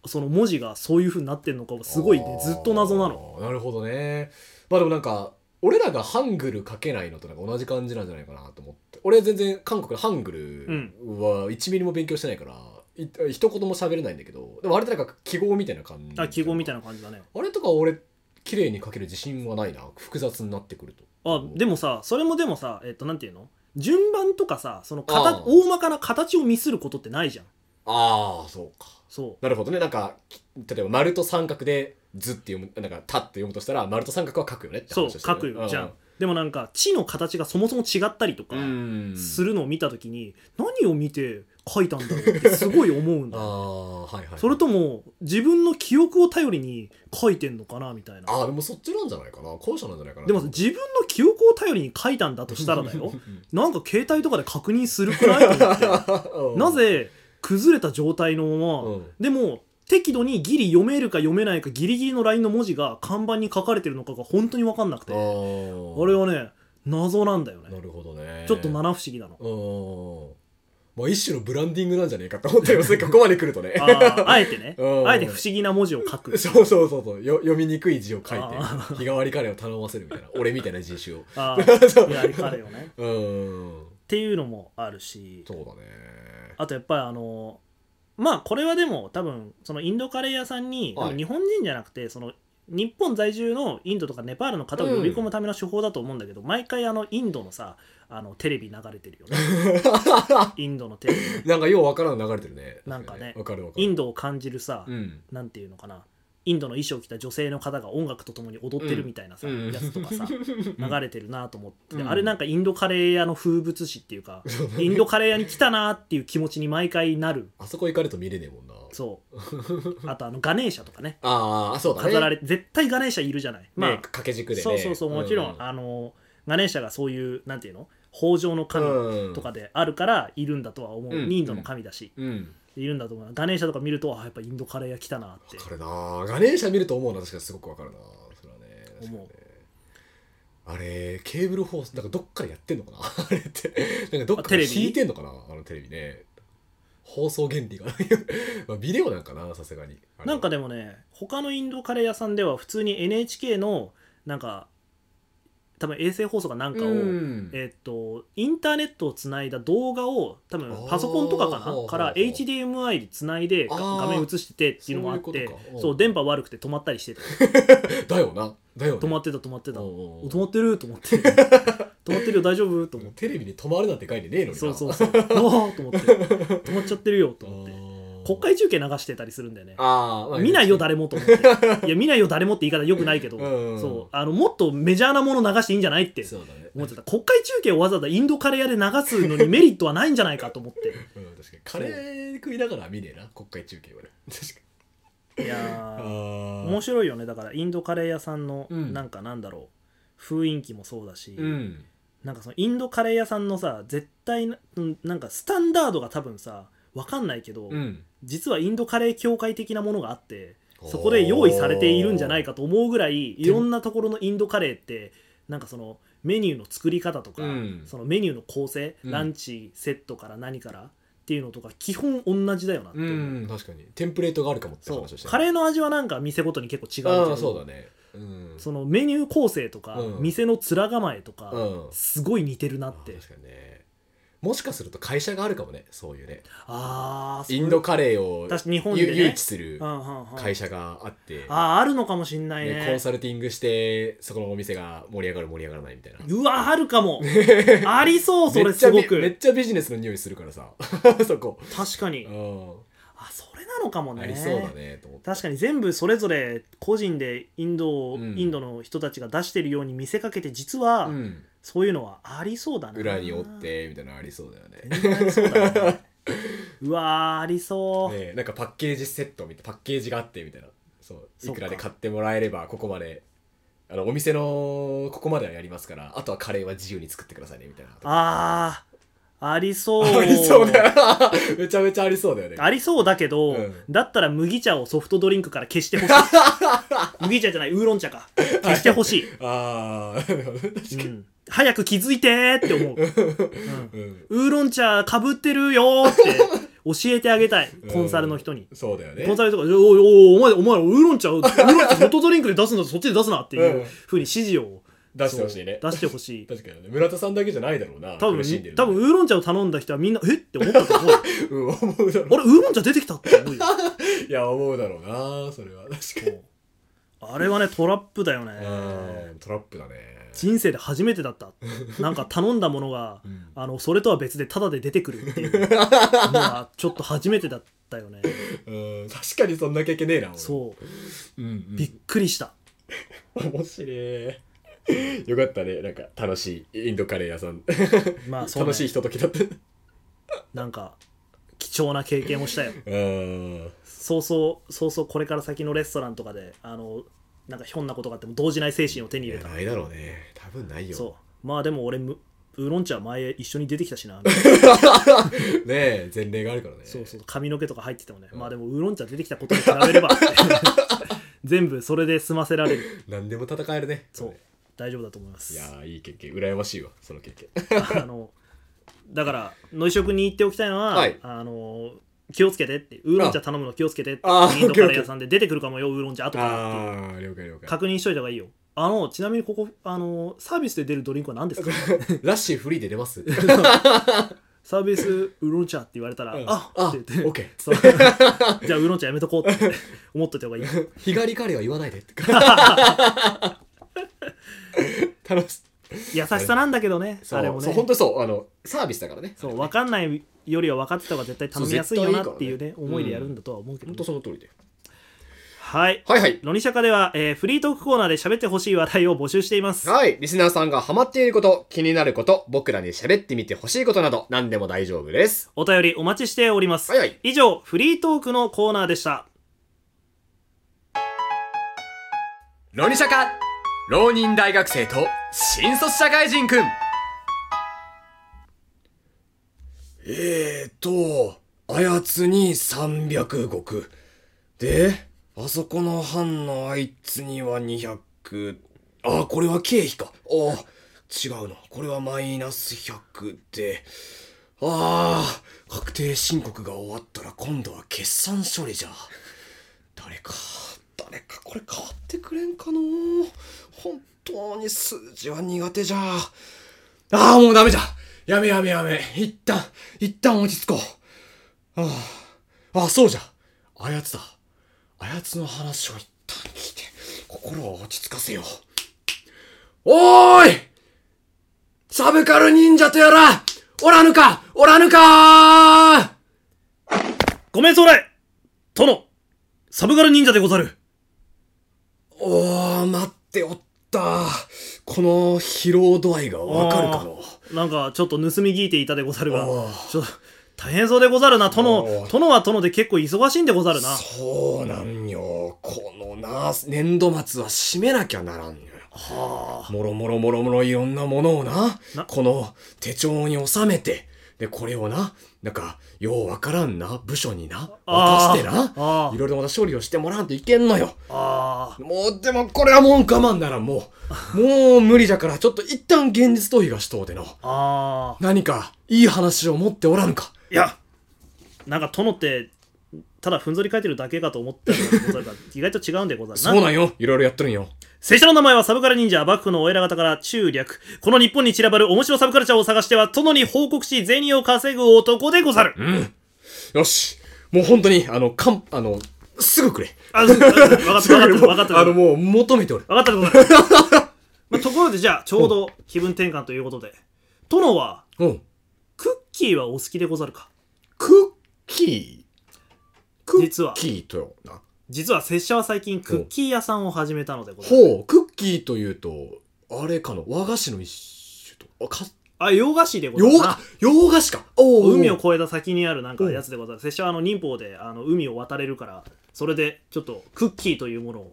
Speaker 2: その文字がそういう風になってるのかはすごいねずっと謎なの
Speaker 1: のなるほどねまあでもなんか俺らがハングル書けないのとなんか同じ感じなんじゃないかなと思って俺全然韓国のハングルは1ミリも勉強してないから、い一言も喋れないんだけどでもあれってなんか記号みたいな感じ
Speaker 2: あ記号みたい
Speaker 1: な
Speaker 2: な感じだね
Speaker 1: あれとか俺綺麗に書ける自信はないな複雑になってくると
Speaker 2: あでもさそれもでもさえっとなんていうの順番とかさその
Speaker 1: ああ
Speaker 2: 形大まかな形をミスることってないじゃん
Speaker 1: ああそうか
Speaker 2: そう
Speaker 1: なるほどねなんかき例えば丸と三角で「ず」って読むなんか「た」って読むとしたら丸と三角は書くよねって
Speaker 2: そう
Speaker 1: 話をして
Speaker 2: 書く
Speaker 1: るね
Speaker 2: じゃんでもなんか地の形がそもそも違ったりとか
Speaker 1: うんうん
Speaker 2: するのを見た時に何を見て書いたんだろうってすごい思うん
Speaker 1: あ
Speaker 2: だ
Speaker 1: あはいはい
Speaker 2: それとも自分の記憶を頼りに書いてんのかなみたいな
Speaker 1: あーでもそっちなんじゃないかな後者なんじゃないかな
Speaker 2: でも自分の記憶を頼りに書いたんだとしたら だよなんか携帯とかで確認するくらいと思って なぜ崩れた状態のまま、
Speaker 1: うん
Speaker 2: でも適度にギリ読めるか読めないかギリギリのラインの文字が看板に書かれてるのかが本当に分かんなくて
Speaker 1: あ
Speaker 2: あ
Speaker 1: ー
Speaker 2: れはね謎なんだよね
Speaker 1: なるほどね。
Speaker 2: ちょっと七不思議なの
Speaker 1: うんまあ一種のブランディングなんじゃねえかと思っ たよそれここまで来るとね
Speaker 2: あーあえてね、
Speaker 1: うん
Speaker 2: あえて不思議な文字を書く。
Speaker 1: そうそうそうそうよ読みにくい字を書いて
Speaker 2: あー
Speaker 1: 日替わりカレーを頼ませるみたいな俺みたいな人種を
Speaker 2: あー
Speaker 1: そう
Speaker 2: いやあれ彼よね。っ
Speaker 1: うん
Speaker 2: ていうのもあるし、
Speaker 1: そうだね
Speaker 2: あとやっぱりあの、まあこれはでも多分、そのインドカレー屋さんに、
Speaker 1: はい
Speaker 2: 多分日本人じゃなくて、その日本在住のインドとかネパールの方を呼び込むための手法だと思うんだけど、毎回あのインドのさ、あのテレビ流れてるよね。 インドのテレビ。
Speaker 1: なんかようわからんの流れてるね
Speaker 2: なんかね
Speaker 1: わかるわかる
Speaker 2: インドを感じるさ、
Speaker 1: うん
Speaker 2: なんていうのかなインドの衣装を着た女性の方が音楽とともに踊ってるみたいなさ、
Speaker 1: うん
Speaker 2: やつと かさ流れてるなと思って、
Speaker 1: うん
Speaker 2: あれなんかインドカレー屋の風物詩っていうか
Speaker 1: そうだね
Speaker 2: インドカレー屋に来たなっていう気持ちに毎回なる
Speaker 1: あそこ行かれると見れねえもんな
Speaker 2: そう あとあのガネーシャとかね
Speaker 1: あーそうだね
Speaker 2: 飾られ絶対ガネーシャいるじゃない、まあ、
Speaker 1: ね掛け軸でね
Speaker 2: そうそうそうもちろん、あのガネーシャがそういうなんていうの豊穣の神
Speaker 1: うん
Speaker 2: とかであるからいるんだとは思う、
Speaker 1: うん
Speaker 2: インドの神だし、
Speaker 1: うん
Speaker 2: いるんだと思うガネーシャとか見るとあやっぱインドカレー屋来たなって
Speaker 1: わかるなぁガネーシャ見ると思うな確かにすごくわかるなぁそれはね確かにね
Speaker 2: 思う
Speaker 1: あれケーブル放 送なんかどっからやってんのかなあれってなんかどっ
Speaker 2: あ
Speaker 1: か
Speaker 2: テ
Speaker 1: ら
Speaker 2: レビ
Speaker 1: 引いてんのかなあのテレビね放送原理がない まあビデオなんかなさすがにあれ
Speaker 2: なんかでもね他のインドカレー屋さんでは普通に NHK のなんか多分衛星放送かなんかを、
Speaker 1: うん
Speaker 2: えっとインターネットをつないだ動画を多
Speaker 1: あ
Speaker 2: 分
Speaker 1: ー
Speaker 2: パソコンとか
Speaker 1: ほ
Speaker 2: か
Speaker 1: うほうほ
Speaker 2: な
Speaker 1: う
Speaker 2: から HDMI でつないでが
Speaker 1: あー
Speaker 2: 画面映しててっていうのもあっ
Speaker 1: そうい
Speaker 2: て
Speaker 1: うことか
Speaker 2: そう電波悪くて止まったりしてて
Speaker 1: だよなだよね
Speaker 2: 止まってた止まってた
Speaker 1: おう
Speaker 2: お
Speaker 1: おうおう
Speaker 2: 止まってると思って 止まってるよ大丈夫と思って
Speaker 1: テレビに止まるなんて概念ねえのにな
Speaker 2: そうそうそうああと思って止まっちゃってるよ と思って国
Speaker 1: 会
Speaker 2: 会中継流してたりするんだよね
Speaker 1: あー、まあ、
Speaker 2: 見ないよ誰もと 思っていや見ないよ誰もって言い方よくないけど、
Speaker 1: うん
Speaker 2: そうあのもっとメジャーなもの流していいんじゃないって
Speaker 1: そうだね、
Speaker 2: 思っちゃった国会中継をわざわざインドカレー屋で流すのにメリットはないんじゃないかと思っ
Speaker 1: うん、確かにカレー食いながら見ねえな国会中継はね確か
Speaker 2: ていや
Speaker 1: に
Speaker 2: ー
Speaker 1: あ
Speaker 2: 面白いよねだからインドカレー屋さんの
Speaker 1: うん
Speaker 2: なんかなんだろう、雰囲気もそうだし、
Speaker 1: うん
Speaker 2: なんかそのインドカレー屋さんのさ絶対なうんなんかスタンダードが多分さわかんないけど、
Speaker 1: うん
Speaker 2: 実はインドカレー協会的なものがあってそこで用意されているんじゃないかと思うぐらいいろんなところのインドカレーってなんかそのメニューの作り方とか、
Speaker 1: うん
Speaker 2: そのメニューの構成、
Speaker 1: うん
Speaker 2: ランチセットから何からっていうのとか基本同じだよなって、
Speaker 1: うん確かにテンプレートがあるかもって
Speaker 2: そ
Speaker 1: 話をして
Speaker 2: う
Speaker 1: た
Speaker 2: カレーの味はなんか店ごとに結構違うけ
Speaker 1: あ
Speaker 2: ど
Speaker 1: あそうだねうん
Speaker 2: そのメニュー構成とか、
Speaker 1: うん
Speaker 2: 店の面構えとか、
Speaker 1: うん
Speaker 2: すごい似てるな
Speaker 1: あ
Speaker 2: って
Speaker 1: 確かにねもしかすると会社があるかもねそういうね
Speaker 2: ああ
Speaker 1: インドカレーを
Speaker 2: 確かに日本で
Speaker 1: ゆ
Speaker 2: ね
Speaker 1: 誘致する
Speaker 2: うんうんうん
Speaker 1: 会社があって、
Speaker 2: あーあるのかもしんないね
Speaker 1: ねコンサルティングしてそこのお店が盛り上がる盛り上がらないみたいな
Speaker 2: うわあるか もありそうそれすご
Speaker 1: めっちゃびめ
Speaker 2: く
Speaker 1: っちゃビジネスの匂いするからさ そこ、
Speaker 2: 確かに、
Speaker 1: う
Speaker 2: あそれなのかも
Speaker 1: ん、
Speaker 2: ね
Speaker 1: ありそうだねと思って
Speaker 2: 確かに全部それぞれ個人でインドを、
Speaker 1: うん
Speaker 2: インドの人たちが出してるように見せかけて実は、
Speaker 1: うん、
Speaker 2: そういうのはありそうだな
Speaker 1: 裏におってみたいなのありそうだよね
Speaker 2: 全然ありそうだねうわーありそう、
Speaker 1: ねなんかパッケージセットみたいなパッケージがあってみたいなそう
Speaker 2: そ
Speaker 1: い
Speaker 2: っか
Speaker 1: くらで買ってもらえればここまであのお店のここまではやりますからあとはカレーは自由に作ってくださいねみたいな
Speaker 2: あーありそう
Speaker 1: ありそうだよ めちゃめちゃありそうだよね
Speaker 2: ありそうだけど、
Speaker 1: うん
Speaker 2: だったら麦茶をソフトドリンクから消し てほしい麦茶じゃないウーロン茶か消してほしい、
Speaker 1: ああーなるほ ど確か
Speaker 2: うん早く気づいてーって思う、うん
Speaker 1: に、うん、
Speaker 2: ウーロン茶かぶってるよーって 教えてあげたいコンサルの人に、
Speaker 1: そうだよね
Speaker 2: コンサルとか「おいおいお前お前ウーロン茶ウーロン茶ホットドリンクで出すんだぞそっちで出すな」っていう
Speaker 1: うん
Speaker 2: ふうに指示を
Speaker 1: 出してほしいね
Speaker 2: そう出して ほしい
Speaker 1: 確かにね村田さんだけじゃないだろうな
Speaker 2: 多分
Speaker 1: 苦しんでる
Speaker 2: 多分ウーロン茶を頼んだ人はみんな「えっ?」て思ったと 思うあれ
Speaker 1: うん思うだろ
Speaker 2: ウーロン茶出てきたって思うよ
Speaker 1: ういや思うだろうなそれは確かに
Speaker 2: あれはねトラップだよね
Speaker 1: うんトラップだね
Speaker 2: 人生で初めてだったなんか頼んだものが
Speaker 1: うん
Speaker 2: あのそれとは別でタダで出てくるっ ていうのはちょっと初めてだったよね
Speaker 1: うん確かにそんな経験ねえな俺
Speaker 2: そう
Speaker 1: うんうん
Speaker 2: びっくりした
Speaker 1: 面白いよかったねなんか楽しいインドカレー屋さん、
Speaker 2: まあそう、ね、
Speaker 1: 楽しいひととき だった
Speaker 2: なんか貴重な経験をしたよ
Speaker 1: うん
Speaker 2: そうそうそうそうこれから先のレストランとかであのなんかひょんなことがあっても動じない精神を手に
Speaker 1: い
Speaker 2: 入れ
Speaker 1: や
Speaker 2: た
Speaker 1: ないだろうね多分ないよ
Speaker 2: そうまあでも俺むウーロン茶前一緒に出てきた しなみたいな
Speaker 1: ねえ前例があるからね
Speaker 2: そうそう髪の毛とか入っててもね、まあでもウーロン茶出てきたことに比べれば 全部それで済ませられる
Speaker 1: 何でも戦えるね
Speaker 2: そう大丈夫だと思います
Speaker 1: いやーいい経験羨ましいわその経験
Speaker 2: あのだから野井食に言っておきたいのは、
Speaker 1: はい
Speaker 2: あの気をつけてってウーロン茶頼むの気をつけてって
Speaker 1: あー
Speaker 2: インドカ
Speaker 1: オッケーオ
Speaker 2: レ
Speaker 1: ッケ
Speaker 2: ー
Speaker 1: ー
Speaker 2: 屋さんで出てくるかもよウーロン茶後からっていう
Speaker 1: ああ了解了解
Speaker 2: 確認しといた方がいいよあのちなみにここあのサービスで出るドリンクは何ですか
Speaker 1: ラッシーフリーで出ます
Speaker 2: サービスウーロン茶って言われたら、
Speaker 1: うん
Speaker 2: あ
Speaker 1: あ
Speaker 2: って言っ
Speaker 1: オ
Speaker 2: て
Speaker 1: ッケー
Speaker 2: そうじゃあウーロン茶やめとこうって思っといた方がいい
Speaker 1: 日帰りカレーは言わない で楽し
Speaker 2: 優しさなんだけどね
Speaker 1: そ
Speaker 2: あれも
Speaker 1: うそう
Speaker 2: ね
Speaker 1: 本当にそうあのサービスだからね
Speaker 2: そう分かんないよりは分かってた方が絶対頼みやすいよなっていう
Speaker 1: そ
Speaker 2: ね
Speaker 1: う絶対いいからね
Speaker 2: 思いでやるんだとは思うけ
Speaker 1: 本
Speaker 2: どね、
Speaker 1: 当その通りで
Speaker 2: はい
Speaker 1: はいはい
Speaker 2: ロニシャカでは、えーフリートークコーナーで喋ってほしい話題を募集しています。
Speaker 1: はい。リスナーさんがハマっていること、気になること、僕らに喋ってみてほしいことなど、何でも大丈夫です。
Speaker 2: お便りお待ちしております。
Speaker 1: はいはい
Speaker 2: 以上、フリートークのコーナーでした。
Speaker 1: ロニシャカ浪人大学生と新卒社会人くんえーと、あやつに300石。で、あそこの班のあいつには200。あ、これは経費か。あ違うな。これはマイナス100で。ああ確定申告が終わったら今度は決算処理じゃ誰か誰かこれ変わってくれんかの本当に数字は苦手じゃああもうダメじゃやめやめやめ一旦一旦落ち着こうあああそうじゃあやつだあやつの話を一旦聞いて心を落ち着かせようおーいサブカル忍者とやらおらぬかおらぬかー
Speaker 2: ごめんそれ殿サブガル忍者でござる
Speaker 1: おー、待っておった。この疲労度合いがわかるかの
Speaker 2: なんかちょっと盗み聞いていたでござるが
Speaker 1: おう
Speaker 2: ちょ大変そうでござるな
Speaker 1: お
Speaker 2: 殿
Speaker 1: う
Speaker 2: 殿は殿で結構忙しいんでござるな
Speaker 1: そうなんよ。このな、年度末は締めなきゃならんのよ。
Speaker 2: はあ
Speaker 1: もろもろもろもろいろんなものをな、
Speaker 2: な
Speaker 1: この手帳に収めて、で、これをな、なんか、ようわからんな、部署にな、渡してな、
Speaker 2: あ
Speaker 1: いろいろまた処理をしてもらわんといけんのよ。
Speaker 2: あああ
Speaker 1: もう、でもこれはもう我慢ならんも う、もう無理じゃから、ちょっと一旦現実逃避がしとうでの。
Speaker 2: ああ
Speaker 1: 何かいい話を持っておらぬか
Speaker 2: いやなんか殿ってただふんぞり返ってるだけかと思ってたでござるが意外と違うんでござるな
Speaker 1: そうなんよいろいろやってるんよ
Speaker 2: 拙者の名前はサブカル忍者幕府のお偉方から中略この日本に散らばる面白サブカルチャーを探しては殿に報告し銭を稼ぐ男でござる
Speaker 1: うんよしもう本当にあのかんあのすぐくれ
Speaker 2: あ分かった分かっ
Speaker 1: すぐ
Speaker 2: た
Speaker 1: くれ
Speaker 2: 分かった分かった
Speaker 1: もうあのも
Speaker 2: 分
Speaker 1: う求めておる
Speaker 2: かった分かった まあところでじゃあちょうど気分転換ということで殿は
Speaker 1: うん
Speaker 2: クッキーはお好きでござるか
Speaker 1: クッキーク
Speaker 2: 実
Speaker 1: ッ
Speaker 2: は
Speaker 1: キーとよな
Speaker 2: 実は拙者は最近クッキー屋さんを始めたのでござる
Speaker 1: ほうクッキーというとあれかの和菓子の一種とあか
Speaker 2: あ洋菓子でござ
Speaker 1: 洋
Speaker 2: るな
Speaker 1: 洋菓子かおうおう
Speaker 2: 海を越えた先にあるなんかやつでござる拙者はあの忍法であの海を渡れるからそれでちょっとクッキーというものを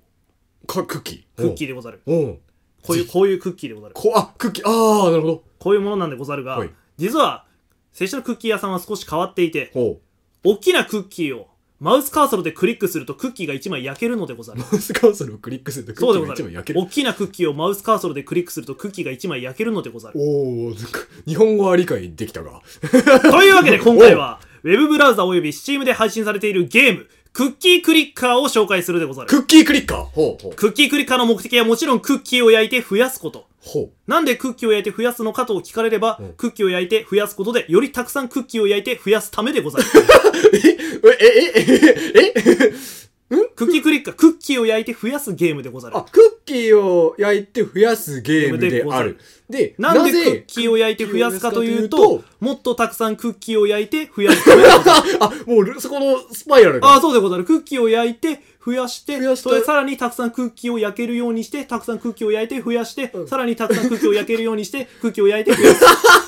Speaker 1: かクッキー
Speaker 2: クッキ
Speaker 1: ー
Speaker 2: ーでござる
Speaker 1: おう
Speaker 2: こういう、こういうクッキーでござる。
Speaker 1: こあクッキーああなるほど
Speaker 2: こういうものなんでござるが
Speaker 1: はい、
Speaker 2: 実は、拙者のクッキー屋さんは少し変わっていて、
Speaker 1: ほ
Speaker 2: 大きなクッキーをマウスカーソルでクリックするとクッキーが1枚焼けるのでござる
Speaker 1: う。マウ スカーソルをクリックするとク
Speaker 2: そう
Speaker 1: ッ
Speaker 2: で
Speaker 1: キー
Speaker 2: ござ
Speaker 1: が一枚焼け
Speaker 2: る。
Speaker 1: る
Speaker 2: 大きなクッキーをマウスカーソルでクリックするとクッキーが1枚焼けるのでござる。
Speaker 1: おお日本語は理解できたが
Speaker 2: というわけで今回は、ウェブブラウザおよび Steam で配信されているゲーム、クッキークリッカーを紹介するでござる。
Speaker 1: クッキークリッカーほうほう
Speaker 2: クッキークリッカーの目的はもちろんクッキーを焼いて増やすこと。
Speaker 1: ほ
Speaker 2: なんでクッキーを焼いて増やすのかと聞かれれば、
Speaker 1: うん
Speaker 2: クッキーを焼いて増やすことで、よりたくさんクッキーを焼いて増やすためでご ざる。
Speaker 1: うえええええええ
Speaker 2: クッキークリッカー、クッキーを焼いて増やすゲームでござる
Speaker 1: あ。クッキーを焼いて増やすゲームであるで
Speaker 2: なんでクッキーを焼いて増やすかというと、もっとたくさんクッキーを焼いて増やすためでござる。
Speaker 1: ああもうルそこのスパイラル
Speaker 2: あ
Speaker 1: が
Speaker 2: あ、そうでござる。クッキーを焼いて増やして、
Speaker 1: 増やして
Speaker 2: それでさらにたくさんクッキーを焼けるようにして、たくさんクッキーを焼いて増やして、
Speaker 1: うん
Speaker 2: さらにたくさんクッキーを焼けるようにして、クッキーを焼いて増やす。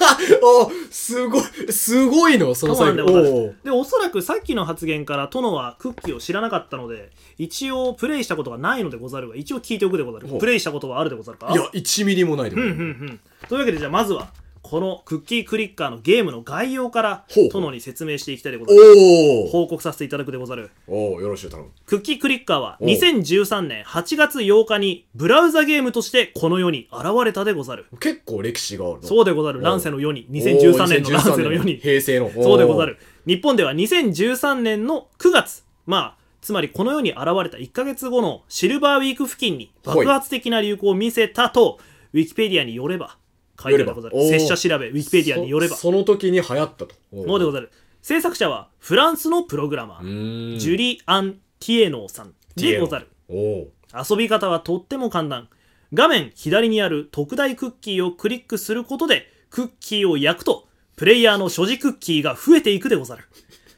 Speaker 1: あすごいすごいのその
Speaker 2: そうな
Speaker 1: 最
Speaker 2: んで
Speaker 1: 後
Speaker 2: ござる
Speaker 1: おう
Speaker 2: で、おそらくさっきの発言から、殿はクッキーを知らなかったので、一応プレイしたことがないのでござるが、一応聞いておくでござる
Speaker 1: ほ。う
Speaker 2: プレイしたことはあるでござるか
Speaker 1: いや1ミリもないで
Speaker 2: うんうんうん。というわけで、じゃあまずは、このクッキークリッカーのゲームの概要から
Speaker 1: ほう、
Speaker 2: 殿に説明していきたいでござる。
Speaker 1: おお
Speaker 2: 報告させていただくでござる。
Speaker 1: おうよろしく頼む
Speaker 2: クッキークリッカーは
Speaker 1: おう
Speaker 2: 2013年8月8日にブラウザゲームとしてこの世に現れたでござる。
Speaker 1: 結構歴史があるの
Speaker 2: そううでござる。
Speaker 1: お
Speaker 2: 乱世の世に。2013年の乱世の世に。
Speaker 1: 平成のお
Speaker 2: そうでござる。日本では2013年の9月、まあ、つまりこの世に現れた1ヶ月後のシルバーウィーク付近に爆発的な流行を見せたと、ウィキペディアによれば、書いてあるでござる。
Speaker 1: よればおー
Speaker 2: 拙者調べ、ウィキペディアによれば、
Speaker 1: そその時に流行ったとお
Speaker 2: のでご
Speaker 1: ざ
Speaker 2: ざる。制作者はフランスのプログラマー、
Speaker 1: る
Speaker 2: ジュリアン・ティエノーさんでござる。
Speaker 1: おお
Speaker 2: 遊び方はとっても簡単画面左にある特大クッキーをクリックすることでクッキーを焼くとプレイヤーの所持クッキーが増えていくでござる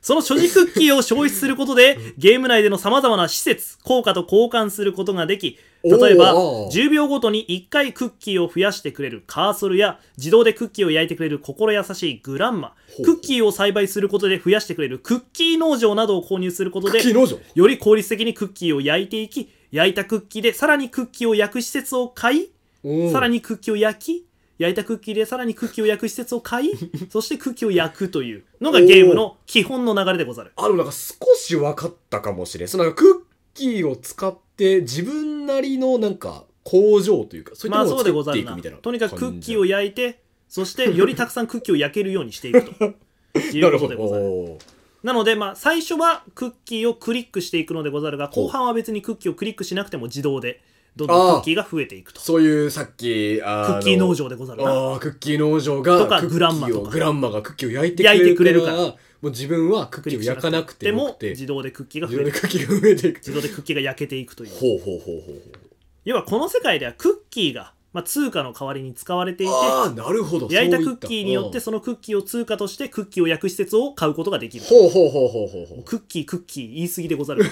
Speaker 2: その所持クッキーを消費するこ とでゲーム内での様々な施設効果と交換することができ例えば
Speaker 1: おー
Speaker 2: 10秒ごとに1回クッキーを増やしてくれるカーソルや自動でクッキーを焼いてくれる心優しいグランマ
Speaker 1: ほう
Speaker 2: クッキーを栽培することで増やしてくれるクッキー農場などを購入すること
Speaker 1: ク
Speaker 2: で
Speaker 1: ッキー農場
Speaker 2: より効率的にクッキーを焼いていき焼いたクッキーでさらにクッキーを焼く施設を買いさら
Speaker 1: に
Speaker 2: にクッキーを焼き焼いたクッキーでさらにクッキーを焼く施設 を買いそしてクッキーを焼くというのがゲームの基本の流れでござる
Speaker 1: あでもなんか少し分かったかもしれんそのなんかクッキーを使って自分なりのなんか工場というかそういっ
Speaker 2: ま
Speaker 1: た
Speaker 2: あ
Speaker 1: ものを
Speaker 2: そうで
Speaker 1: 作
Speaker 2: ご
Speaker 1: っ
Speaker 2: ざ
Speaker 1: て
Speaker 2: る
Speaker 1: いく
Speaker 2: な
Speaker 1: みたいな
Speaker 2: とにかくクッキー
Speaker 1: を
Speaker 2: を焼いてそしてよりたくさんクッキーを焼けるようにしていくと
Speaker 1: なる
Speaker 2: こ
Speaker 1: ほ
Speaker 2: と
Speaker 1: ど
Speaker 2: でございます
Speaker 1: おー
Speaker 2: なので、まあ、最初はクッキーをクリックしていくのでござるが
Speaker 1: ほう
Speaker 2: 後半は別にクッキーをクリックしなくても自動でどんどんクッキーが増えていくと
Speaker 1: そういうさっきあ
Speaker 2: ク
Speaker 1: の
Speaker 2: ッキー農場でござるな
Speaker 1: あークッキー農場
Speaker 2: とか
Speaker 1: がクッキーを
Speaker 2: グランマとか
Speaker 1: グランマがクッキーを焼いて
Speaker 2: 焼いてくれるから
Speaker 1: もう自分はクッ
Speaker 2: ク
Speaker 1: キー
Speaker 2: リッ
Speaker 1: を
Speaker 2: クし
Speaker 1: 焼かなくてもよ
Speaker 2: も
Speaker 1: くて
Speaker 2: 自動でクッキーが
Speaker 1: 自
Speaker 2: 増え
Speaker 1: 分で
Speaker 2: ていく
Speaker 1: クッキーが増えていく
Speaker 2: 自動でクッキーが焼けていくという
Speaker 1: ほうほうほうほうほう
Speaker 2: 要はこの世界ではクッキーが、まあ、通貨の代わりに使われていて
Speaker 1: ああなるほど
Speaker 2: 焼いた
Speaker 1: そう
Speaker 2: ク
Speaker 1: っ
Speaker 2: ッキーによってそのクッキーを通貨としてクッキーを焼く施設を買うことができる
Speaker 1: ほうほうほうほうほうほう
Speaker 2: クッキークッキー言い過ぎでござる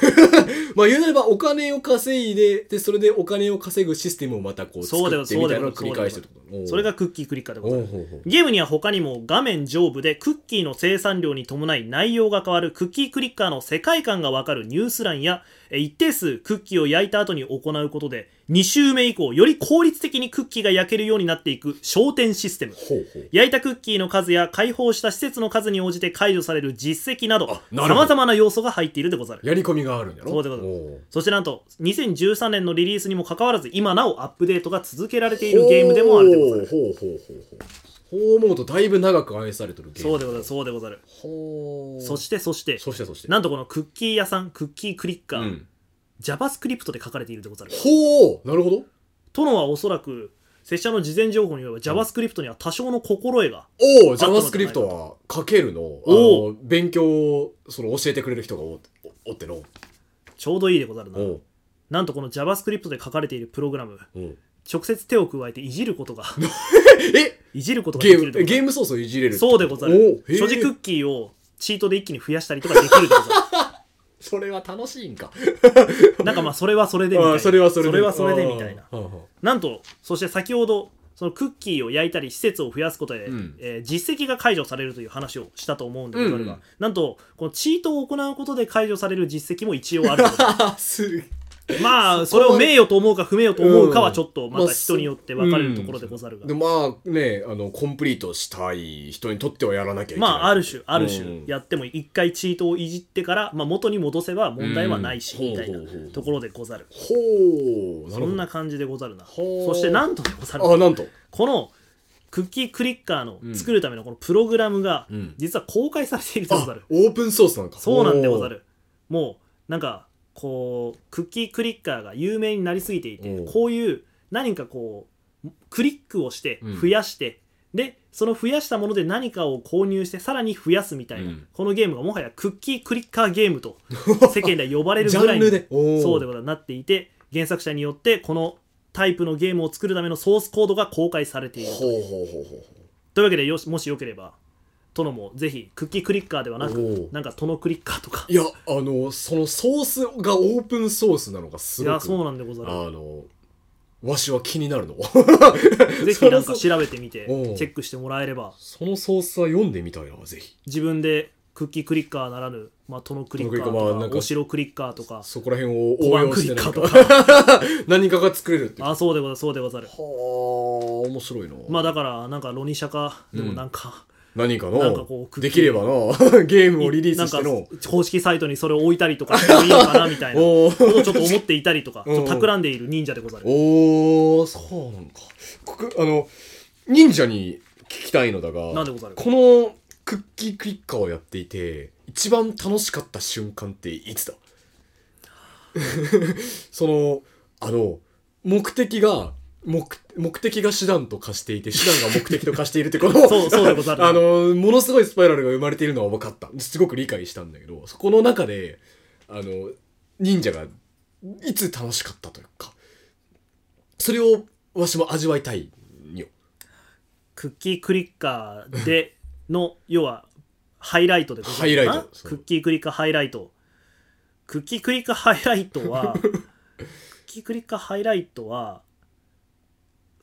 Speaker 1: まあ言うなればお金を稼いででそれでお金を稼ぐシステムをまたこう
Speaker 2: そうだ
Speaker 1: 作って
Speaker 2: よ
Speaker 1: みたいなのを
Speaker 2: そ
Speaker 1: 繰
Speaker 2: うだよ
Speaker 1: り返してるってこと
Speaker 2: それがクッキークリッカーでござ
Speaker 1: おう
Speaker 2: る
Speaker 1: ほうほう
Speaker 2: ゲームには他にも画面上部でクッキーの生産量に伴い内容が変わるクッキークリッカーの世界観がわかるニュース欄やえ一定数クッキーを焼いた後に行うことで2周目以降より効率的にクッキーが焼けるようになっていく焦点システム
Speaker 1: ほうほう
Speaker 2: 焼いたクッキーの数や解放した施設の数に応じて解除される実績など
Speaker 1: あなるほど
Speaker 2: さまざまな要素が入っているでござる
Speaker 1: やり込みがあるんやろ
Speaker 2: そうでございま
Speaker 1: おう
Speaker 2: そしてなんと2013年のリリースにもかかわらず今なおアップデートが続けられているゲームでもあるでござる
Speaker 1: ほうほうほうほうほうそう思うとだいぶ長く愛されてるゲーム
Speaker 2: そうでござるそうでござる
Speaker 1: ほう
Speaker 2: そしてそして
Speaker 1: そしてそして
Speaker 2: なんとこのクッキー屋さんクッキークリッカ
Speaker 1: う
Speaker 2: ー、
Speaker 1: ん
Speaker 2: JavaScript で書かれているでござる
Speaker 1: ほうなるほど
Speaker 2: 殿はおそらく拙者の事前情報によれば JavaScript には多少の心得が、
Speaker 1: おお
Speaker 2: あったのじゃない
Speaker 1: JavaScript
Speaker 2: か
Speaker 1: は書けるの
Speaker 2: お
Speaker 1: あの勉強をその教えてくれる人がおおおっての
Speaker 2: ちょうどいいでござるな
Speaker 1: おう
Speaker 2: なんとこの JavaScript で書かれているプログラム
Speaker 1: おう
Speaker 2: 直接手を加えていじるこ とが
Speaker 1: え
Speaker 2: いじることがで
Speaker 1: ゲー
Speaker 2: きる
Speaker 1: ム
Speaker 2: でござ
Speaker 1: ゲー
Speaker 2: る
Speaker 1: ムソースをいじれる
Speaker 2: そうでござる所持クッキーをチートで一気に増やしたりとかできるでござ
Speaker 1: それは楽しいんか
Speaker 2: るなんかまあそれはそれでみた
Speaker 1: あ
Speaker 2: いな
Speaker 1: あそれはそれで
Speaker 2: それはそれでみたいな
Speaker 1: ああああ
Speaker 2: なんとそして先ほどそのクッキーを焼いたり施設を増やすことで、
Speaker 1: うん
Speaker 2: えー実績が解除されるという話をしたと思うんでござるが、
Speaker 1: うん
Speaker 2: なんとこのチートを行うことで解除される実績も一応あるとい うこと
Speaker 1: ああす
Speaker 2: でまあ
Speaker 1: そこ
Speaker 2: それ
Speaker 1: は
Speaker 2: を名誉と思うか不名誉と思うかはちょっとま
Speaker 1: ま
Speaker 2: た
Speaker 1: あ
Speaker 2: 人によって分かれるところでござるが、
Speaker 1: でまあねあのコンプリートしたい人にとってはやらなきゃいけな
Speaker 2: ま
Speaker 1: い
Speaker 2: あある種ある
Speaker 1: うん
Speaker 2: 種やっても一回チートをいじってから、まあ、元に戻せば問題はないし
Speaker 1: うん
Speaker 2: みたいな
Speaker 1: ほうほうほう
Speaker 2: ところでござる
Speaker 1: ほうなるほど
Speaker 2: そんな感じでござるな
Speaker 1: ほう
Speaker 2: そしてなんとでござる
Speaker 1: あなんと
Speaker 2: このクッキークリッカーの
Speaker 1: うん
Speaker 2: 作るためのこのプログラムが
Speaker 1: うん
Speaker 2: 実は公開されているでござ
Speaker 1: あ
Speaker 2: る、
Speaker 1: オープンソースなんか
Speaker 2: そうなんでござるもうなんかこうクッキークリッカーが有名になりすぎていて
Speaker 1: おう
Speaker 2: こういう何かこうクリックをして
Speaker 1: うん
Speaker 2: 増やして、でその増やしたもので何かを購入してさらに増やすみたい
Speaker 1: う
Speaker 2: な、
Speaker 1: ん
Speaker 2: このゲームがもはやクッキークリッカーゲー ムと世間では呼ばれる
Speaker 1: ジ
Speaker 2: ぐら
Speaker 1: ャン
Speaker 2: いの
Speaker 1: ルでそ
Speaker 2: そうでござなっていて原作者によってこのタイプのゲームを作るためのソースコードが公開されていると
Speaker 1: ほうほうほうほう
Speaker 2: というわけでよしもしよければ殿もぜひクッキークリッカーではな
Speaker 1: お
Speaker 2: く
Speaker 1: う
Speaker 2: なんか殿クリッカーとか
Speaker 1: いやあのそのソースがオープンソースなのがす
Speaker 2: い
Speaker 1: ごく
Speaker 2: やそうなんでござる
Speaker 1: あのわしは気になるの
Speaker 2: ぜひなんか調べてみて
Speaker 1: おう
Speaker 2: チェックしてもらえれば
Speaker 1: そのソースは読んでみたいなぜひ
Speaker 2: 自分でクッキークリッカーならぬ、まあ、殿クリッカー
Speaker 1: 殿クリッカーまあ
Speaker 2: と
Speaker 1: なん
Speaker 2: か
Speaker 1: か
Speaker 2: お城クリッカーとか
Speaker 1: そこら辺を
Speaker 2: 小
Speaker 1: 応
Speaker 2: 判
Speaker 1: 用
Speaker 2: ク
Speaker 1: し
Speaker 2: リ
Speaker 1: て
Speaker 2: ッカ
Speaker 1: 何
Speaker 2: ーと
Speaker 1: か
Speaker 2: か
Speaker 1: 何かが作れるっていうは
Speaker 2: あそうでござるそうでござる
Speaker 1: あ面白いな、
Speaker 2: まあだからなんかロニシャかで
Speaker 1: う
Speaker 2: も
Speaker 1: ん
Speaker 2: なんか、
Speaker 1: 何か
Speaker 2: なんかこ
Speaker 1: の
Speaker 2: うクッキ
Speaker 1: で
Speaker 2: ー
Speaker 1: きれ ばなゲームをリリースして
Speaker 2: なん
Speaker 1: の
Speaker 2: か公式サイトにそれを置いたりとかしてもいいのかなみたいな
Speaker 1: おー
Speaker 2: ことをちょっと思っていたりとか、ち
Speaker 1: うん
Speaker 2: ょっと企んでいる忍者でござる。
Speaker 1: おーそうなんかここあの忍者に聞きたいのだが
Speaker 2: なんでござる
Speaker 1: このクッキークイッカーをやっていて一番楽しかった瞬間っていつだ そのあの目的が目目的が手段と化していて手段が目的と化しているってこの
Speaker 2: そうそうでござる
Speaker 1: あのものすごいスパイラルが生まれているのは分かったすごく理解したんだけどそこの中であの忍者がいつ楽しかったというかそれをわしも味わいたいよ
Speaker 2: クッキークリッカーでの、要は、ハイライトでござるかな
Speaker 1: ハイライトそう
Speaker 2: クッキークリッカーハイライト。クッキークリッカーハイライ トは、クッキークリッカーハイライトは、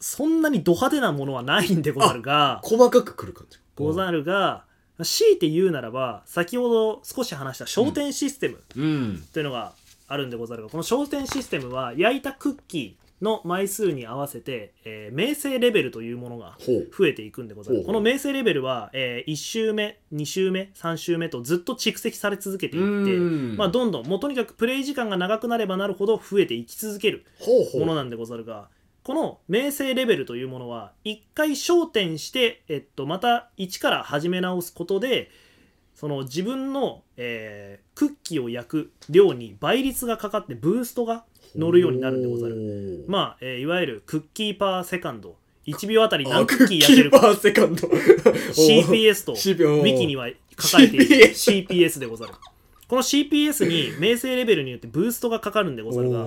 Speaker 2: そんなにド派手なものはないんでござるが、
Speaker 1: 細かくくる感じ
Speaker 2: ござるが、強いて言うならば、先ほど少し話した焦点システム。
Speaker 1: うん
Speaker 2: というのがあるんでござるがこの焦点システムは焼いたクッキーの枚数に合わせて、えー、名声レベルというものが
Speaker 1: ほう
Speaker 2: 増えていくんでござる
Speaker 1: ほうほ
Speaker 2: こ
Speaker 1: う
Speaker 2: の名声レベルは、え1周目2周目3周目とずっと蓄積され続けていって
Speaker 1: ん
Speaker 2: まあ、どんどんもうとにかくプレイ時間が長くなればなるほど増えていき続ける
Speaker 1: ほうほう
Speaker 2: ものなんでござるがこの名声レベルというものは1回焦点して、えっと、また1から始め直すことで、その自分の、えークッキーを焼く量に倍率がかかってブーストが乗るようになるんでござる
Speaker 1: るあ
Speaker 2: まあ、えーいわゆるクッキーパーセカンド1秒あたり何ク
Speaker 1: ク
Speaker 2: ッ
Speaker 1: ッ
Speaker 2: キ
Speaker 1: キ
Speaker 2: ー焼け
Speaker 1: ー
Speaker 2: るか
Speaker 1: パーセカンド
Speaker 2: CPS と
Speaker 1: CPS
Speaker 2: ウィキには書かれている
Speaker 1: CPS
Speaker 2: CPS でござるこの CPS に命制レベルによってブーストがかかるんでござるが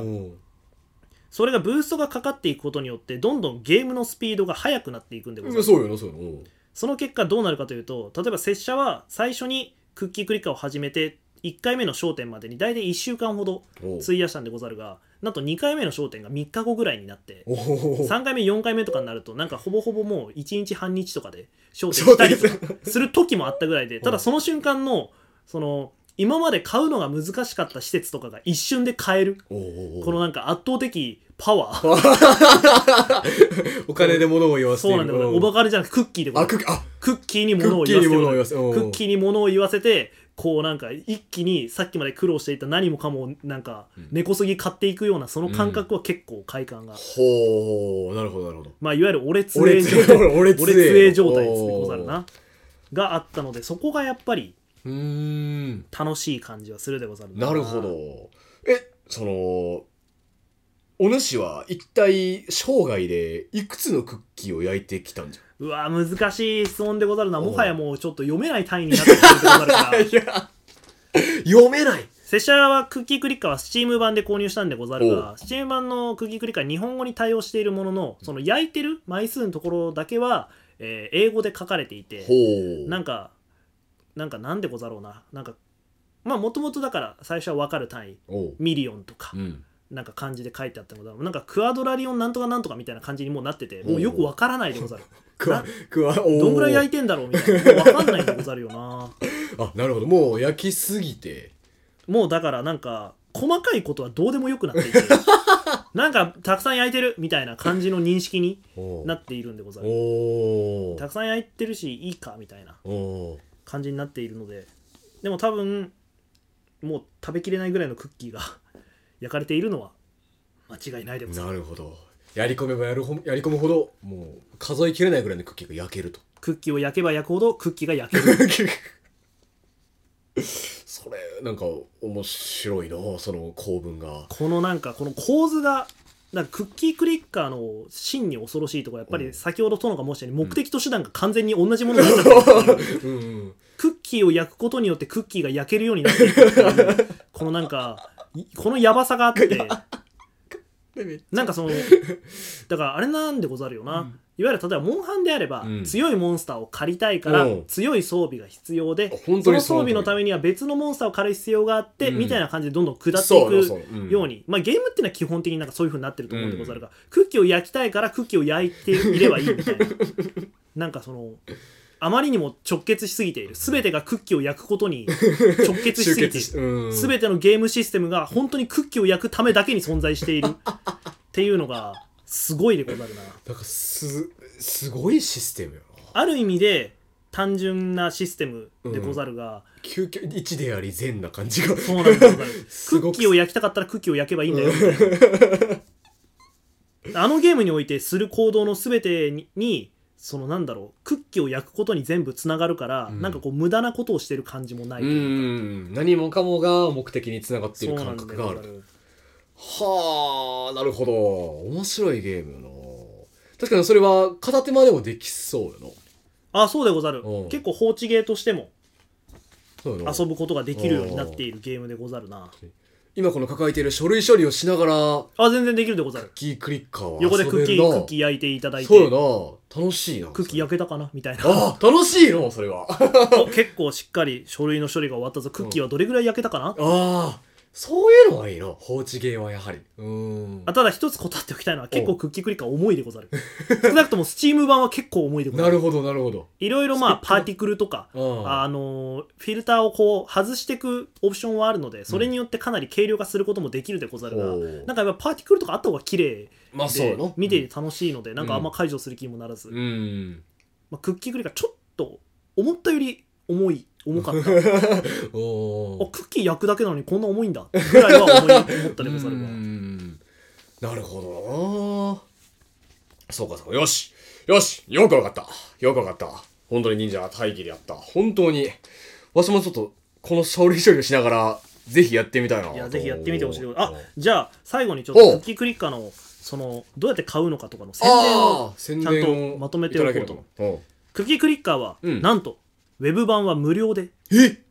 Speaker 2: それがブーストがかかっていくことによってどんどんゲームのスピードが速くなっていくんでござ
Speaker 1: う
Speaker 2: る
Speaker 1: んそうよなそうよなうん
Speaker 2: その結果どうなるかというと例えば拙者は最初にクッキークリッカーを始めて1回目の焦点までに大体1週間ほど
Speaker 1: おう
Speaker 2: 費やしたんでござるがなんと2回目の焦点が3日後ぐらいになって
Speaker 1: おお
Speaker 2: 3回目4回目とかになるとなんかほぼほぼもう1日半日とかで焦点したりと
Speaker 1: 焦
Speaker 2: かする時もあったぐらいでただその瞬間のその今まで買うのが難しかった施設とかが一瞬で買える
Speaker 1: おうおう
Speaker 2: このなんか圧倒的パワー
Speaker 1: お金で物を言わせて
Speaker 2: そうなんだよおばかれじゃなくクッキーでござ
Speaker 1: あ
Speaker 2: る
Speaker 1: クッキーあ
Speaker 2: クッキーに
Speaker 1: ク
Speaker 2: 物を
Speaker 1: ッキ
Speaker 2: 言
Speaker 1: ー
Speaker 2: わ
Speaker 1: に
Speaker 2: せてご
Speaker 1: 物を言
Speaker 2: ざる
Speaker 1: わせて
Speaker 2: クッキーに物を言わせてこうなんか一気にさっきまで苦労していた何もかもなんか
Speaker 1: うん
Speaker 2: 根こそぎ買っていくようなその感覚は結構快感が、
Speaker 1: ほうなるほどなるほど
Speaker 2: まあいわゆる俺つえ
Speaker 1: 俺
Speaker 2: 状態
Speaker 1: 強い俺
Speaker 2: 俺つえ状態ですね
Speaker 1: おー
Speaker 2: ござるながあったのでそこがやっぱり
Speaker 1: うーん
Speaker 2: 楽しい感じはするでござる
Speaker 1: なるほど。え、その、お主は一体生涯でいくつのクッキーを焼いてきたんじ
Speaker 2: うわ難しい質問でござるな
Speaker 1: おう
Speaker 2: もはやもうちょっと読めない単位になってきてるでご ざるか
Speaker 1: ゃ
Speaker 2: ら
Speaker 1: いや、読めない
Speaker 2: 拙者はクッキークリッカーは Steam 版で購入したんでござる
Speaker 1: お
Speaker 2: が Steam 版のクッキークリッカーは日本語に対応しているもののその焼いてる枚数のところだけは、えー英語で書かれていて
Speaker 1: ほう。
Speaker 2: なんかなんかなんでござろうななんかまあもともとだから最初は分かる単位
Speaker 1: おう。
Speaker 2: ミリオンとか
Speaker 1: うん。
Speaker 2: なんか漢字で書いてあったのだなんかクアドラリオンなんとかなんとかみたいな感じにもうなっててもうよくわからないでござる
Speaker 1: くわ、くわ、おう
Speaker 2: どんぐらい焼いてんだろうみたいなもうわかんないでござるよな
Speaker 1: あ、なるほど。もう焼きすぎて。
Speaker 2: もうだからなんか細かいことはどうでもよくなっていてなんかたくさん焼いてるみたいな感じの認識に
Speaker 1: おう
Speaker 2: なっているんでござる
Speaker 1: おう
Speaker 2: たくさん焼いてるしいいかみたいな
Speaker 1: おう
Speaker 2: 感じになっているのででも多分もう食べきれないぐらいのクッキーが 焼かれているのは間違いないでござる
Speaker 1: なるほど。やり込めばやるほやり込むほど、もう数えきれないぐらいのクッキーが焼けると。
Speaker 2: クッキーを焼けば焼くほどクッキーが焼ける
Speaker 1: それなんか面白いなその構文が
Speaker 2: このなんかこの構図がなんかクッキークリッカーの真に恐ろしいところやっぱ
Speaker 1: う
Speaker 2: り
Speaker 1: ん
Speaker 2: 先ほど殿が申したように目的と手段が完全に同じものになっちゃってるっていう
Speaker 1: うんうん
Speaker 2: クッキーを焼くことによってクッキーが焼けるようになっていくっ ていうこのなんかいこのやばさがあってなんかそのだからあれなんでござるよな、
Speaker 1: うん
Speaker 2: いわゆる例えばモンハンであれば、
Speaker 1: うん
Speaker 2: 強いモンスターを借りたいから
Speaker 1: うん
Speaker 2: 強い装備が必要で
Speaker 1: 本
Speaker 2: そ
Speaker 1: 当
Speaker 2: の
Speaker 1: に
Speaker 2: 装備のた
Speaker 1: め
Speaker 2: めには別のモンスターを借りる必要があって、
Speaker 1: うん
Speaker 2: みたいな感じでどんどん下って
Speaker 1: そ
Speaker 2: いう
Speaker 1: よ
Speaker 2: く
Speaker 1: そうようん
Speaker 2: ように、まあ、ゲームっていうのは基本的になんかそういう風になってると思うんでござるが、クッキーを焼きたいからクッキーを焼いていればいいみたい ななんかそのあまりにも直結しすぎている全てがクッキーを焼くこと に直結し
Speaker 1: 集
Speaker 2: すぎて
Speaker 1: 結
Speaker 2: いる
Speaker 1: しうん
Speaker 2: 全てのゲームシステムが本当にクッキーを焼くためだけに存在しているっていうのがすごいでござるな
Speaker 1: なんかすすごいシステムよな
Speaker 2: ある意味で単純なシステムでござるが、
Speaker 1: 究極一であり善な感じが
Speaker 2: そうなん でござるク
Speaker 1: すご
Speaker 2: ッ
Speaker 1: く
Speaker 2: キーを焼きたかったらクッキーを焼けばいいんだよみたいなあのゲームにおいてする行動の全てににそのなんだろうクッキーを焼くことに全部つながるから、
Speaker 1: うん
Speaker 2: なんかこう無駄なことをしてる感じもない、
Speaker 1: うん何もかもが目的につながってい
Speaker 2: そう
Speaker 1: る感
Speaker 2: なんで
Speaker 1: 覚があ
Speaker 2: ござ
Speaker 1: る
Speaker 2: る
Speaker 1: はあなるほど面白いゲームよな確かにそれは片手間でもできそうよな
Speaker 2: あそうでござる
Speaker 1: うん
Speaker 2: 結構放置ゲーとしても
Speaker 1: そうよな
Speaker 2: 遊ぶことができるようになっているゲームでござるな
Speaker 1: 今この抱えている書類処理をしながら
Speaker 2: あ全然できるでござる
Speaker 1: キークリッカーは
Speaker 2: 横でクッキークッキ
Speaker 1: ー
Speaker 2: ー焼いていただい
Speaker 1: そう
Speaker 2: て
Speaker 1: よな楽しいな
Speaker 2: クッキー焼けたかなみたいな
Speaker 1: あ楽しいのそれは あ
Speaker 2: お結構しっかり書類の処理が終わったぞクッキーはどれぐらい焼けたかな
Speaker 1: あそういうのはいいの放置ゲーはやはりうーん
Speaker 2: あただ一つ断っておきたいのは結構クッキークリッカー重いでござる少なくともスチーム版は結構重いでござ
Speaker 1: な
Speaker 2: る
Speaker 1: るほどなるほど
Speaker 2: いろいろまあパーティクルとか
Speaker 1: あ
Speaker 2: あのーフィルターをこう外していくオプションはあるのでそれによってかなり軽量化することもできるでござるが、
Speaker 1: おー
Speaker 2: なんかやっぱパーティクルとかあった方が綺麗
Speaker 1: まあそう
Speaker 2: で
Speaker 1: よな
Speaker 2: 見ていて楽しいので、なんかあんま解除する気にもならず、
Speaker 1: うん
Speaker 2: まあ、クッキークリッカーちょっと思ったより重い重かったあ
Speaker 1: おお
Speaker 2: クッキー焼くだけなのにこんな重いんだぐらいは思い思ったでござるが
Speaker 1: うーんなるほどなそうかそうかよしよしよくわかったよくわかった本当に忍者は大義であった本当にわしもちょっと、この書類処理をしながら、ぜひやってみたいなと。
Speaker 2: いやぜひやってみてほしいけどあ
Speaker 1: うん
Speaker 2: じゃあ最後にちょっと
Speaker 1: お
Speaker 2: クッキークリッカーのそのどうやって買うのかとかの宣伝を
Speaker 1: ああ宣伝を
Speaker 2: ちゃんとまとめておこうと
Speaker 1: いただけると
Speaker 2: クッキークリッカーは、
Speaker 1: うん
Speaker 2: なんとウェブ版は無料で
Speaker 1: うんえ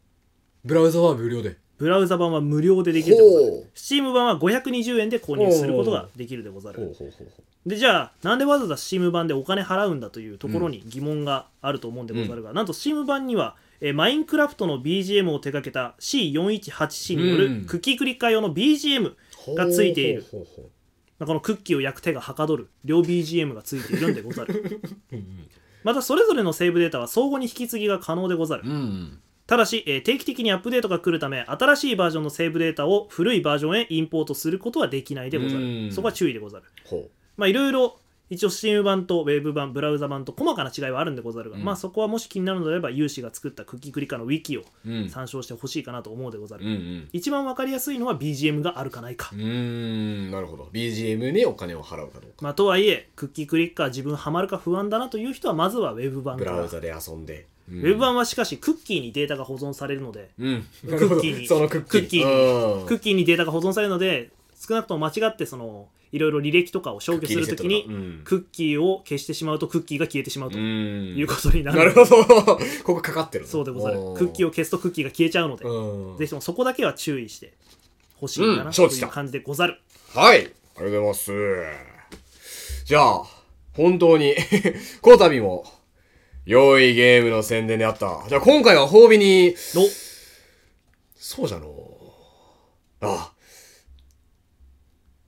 Speaker 1: ブラウザは無料で
Speaker 2: ブラウザ版は無料でできるでござ
Speaker 1: ほ
Speaker 2: る
Speaker 1: う
Speaker 2: Steam 版は520円で購入することができるでござる
Speaker 1: ほうほう
Speaker 2: でじゃあなんでわざわざ Steam 版でお金払うんだというところに疑問があると思うんでござるが、なんと Steam 版にはえーマインクラフトの BGM を手掛けた C418C によ
Speaker 1: う
Speaker 2: る
Speaker 1: ん
Speaker 2: クッキークリッカー用の BGM
Speaker 1: ほう
Speaker 2: がついている
Speaker 1: ほうほうほ
Speaker 2: まあこのクッキーを焼く手がはかどる両 BGM がついているんでござる
Speaker 1: ううん
Speaker 2: またそれぞれのセーブデータは相互に引き継ぎが可能でござる
Speaker 1: うん
Speaker 2: ただし、えー定期的にアップデートが来るため新しいバージョンのセーブデータを古いバージョンへインポートすることはできないでござ
Speaker 1: う
Speaker 2: る
Speaker 1: ん
Speaker 2: そこは注意でござる
Speaker 1: ほ
Speaker 2: まあいろいろ一応 Steam 版と Web 版ブラウザ版と細かな違いはあるんでござるが、
Speaker 1: うん
Speaker 2: まあそこはもし気になるのであれば有志が作ったクッキークリカのウィキを
Speaker 1: ううん
Speaker 2: 参照してほしいかなと思うでござる、
Speaker 1: うんうん
Speaker 2: 一番わかりやすいのは BGM があるかないか
Speaker 1: うーんなるほど BGM にお金を払うかどうか
Speaker 2: まあ、とはいえクッキークリッカー自分ハマるか不安だなという人はまずはウェブ版
Speaker 1: ブ
Speaker 2: か
Speaker 1: ラ
Speaker 2: らウ
Speaker 1: ウザで遊んでウ
Speaker 2: ェブ版はしかしクッキーにデータが保存されるので
Speaker 1: うんク
Speaker 2: ッキーに
Speaker 1: そのクッキー
Speaker 2: クッキークッキーにデータが保存されるので少なくとも間違ってそのいろいろ履歴とかを消去するときに
Speaker 1: に
Speaker 2: クッキーを消してしまうとクッキーが消えてしまうと
Speaker 1: う
Speaker 2: い
Speaker 1: ん
Speaker 2: うことになる
Speaker 1: なるほどここかかってる
Speaker 2: そうでござるクッキー
Speaker 1: を
Speaker 2: を消すとクッキーが消えちゃうので
Speaker 1: うん
Speaker 2: ぜひともそこだけは注意してほしいか
Speaker 1: う
Speaker 2: なんと
Speaker 1: 承知し
Speaker 2: い
Speaker 1: た
Speaker 2: う感じでござる
Speaker 1: はい。ありがとうございます。じゃあ、本当に、 この度も、良いゲームの宣伝であった。じゃあ今回は褒美に、
Speaker 2: の
Speaker 1: そうじゃのう。ああ。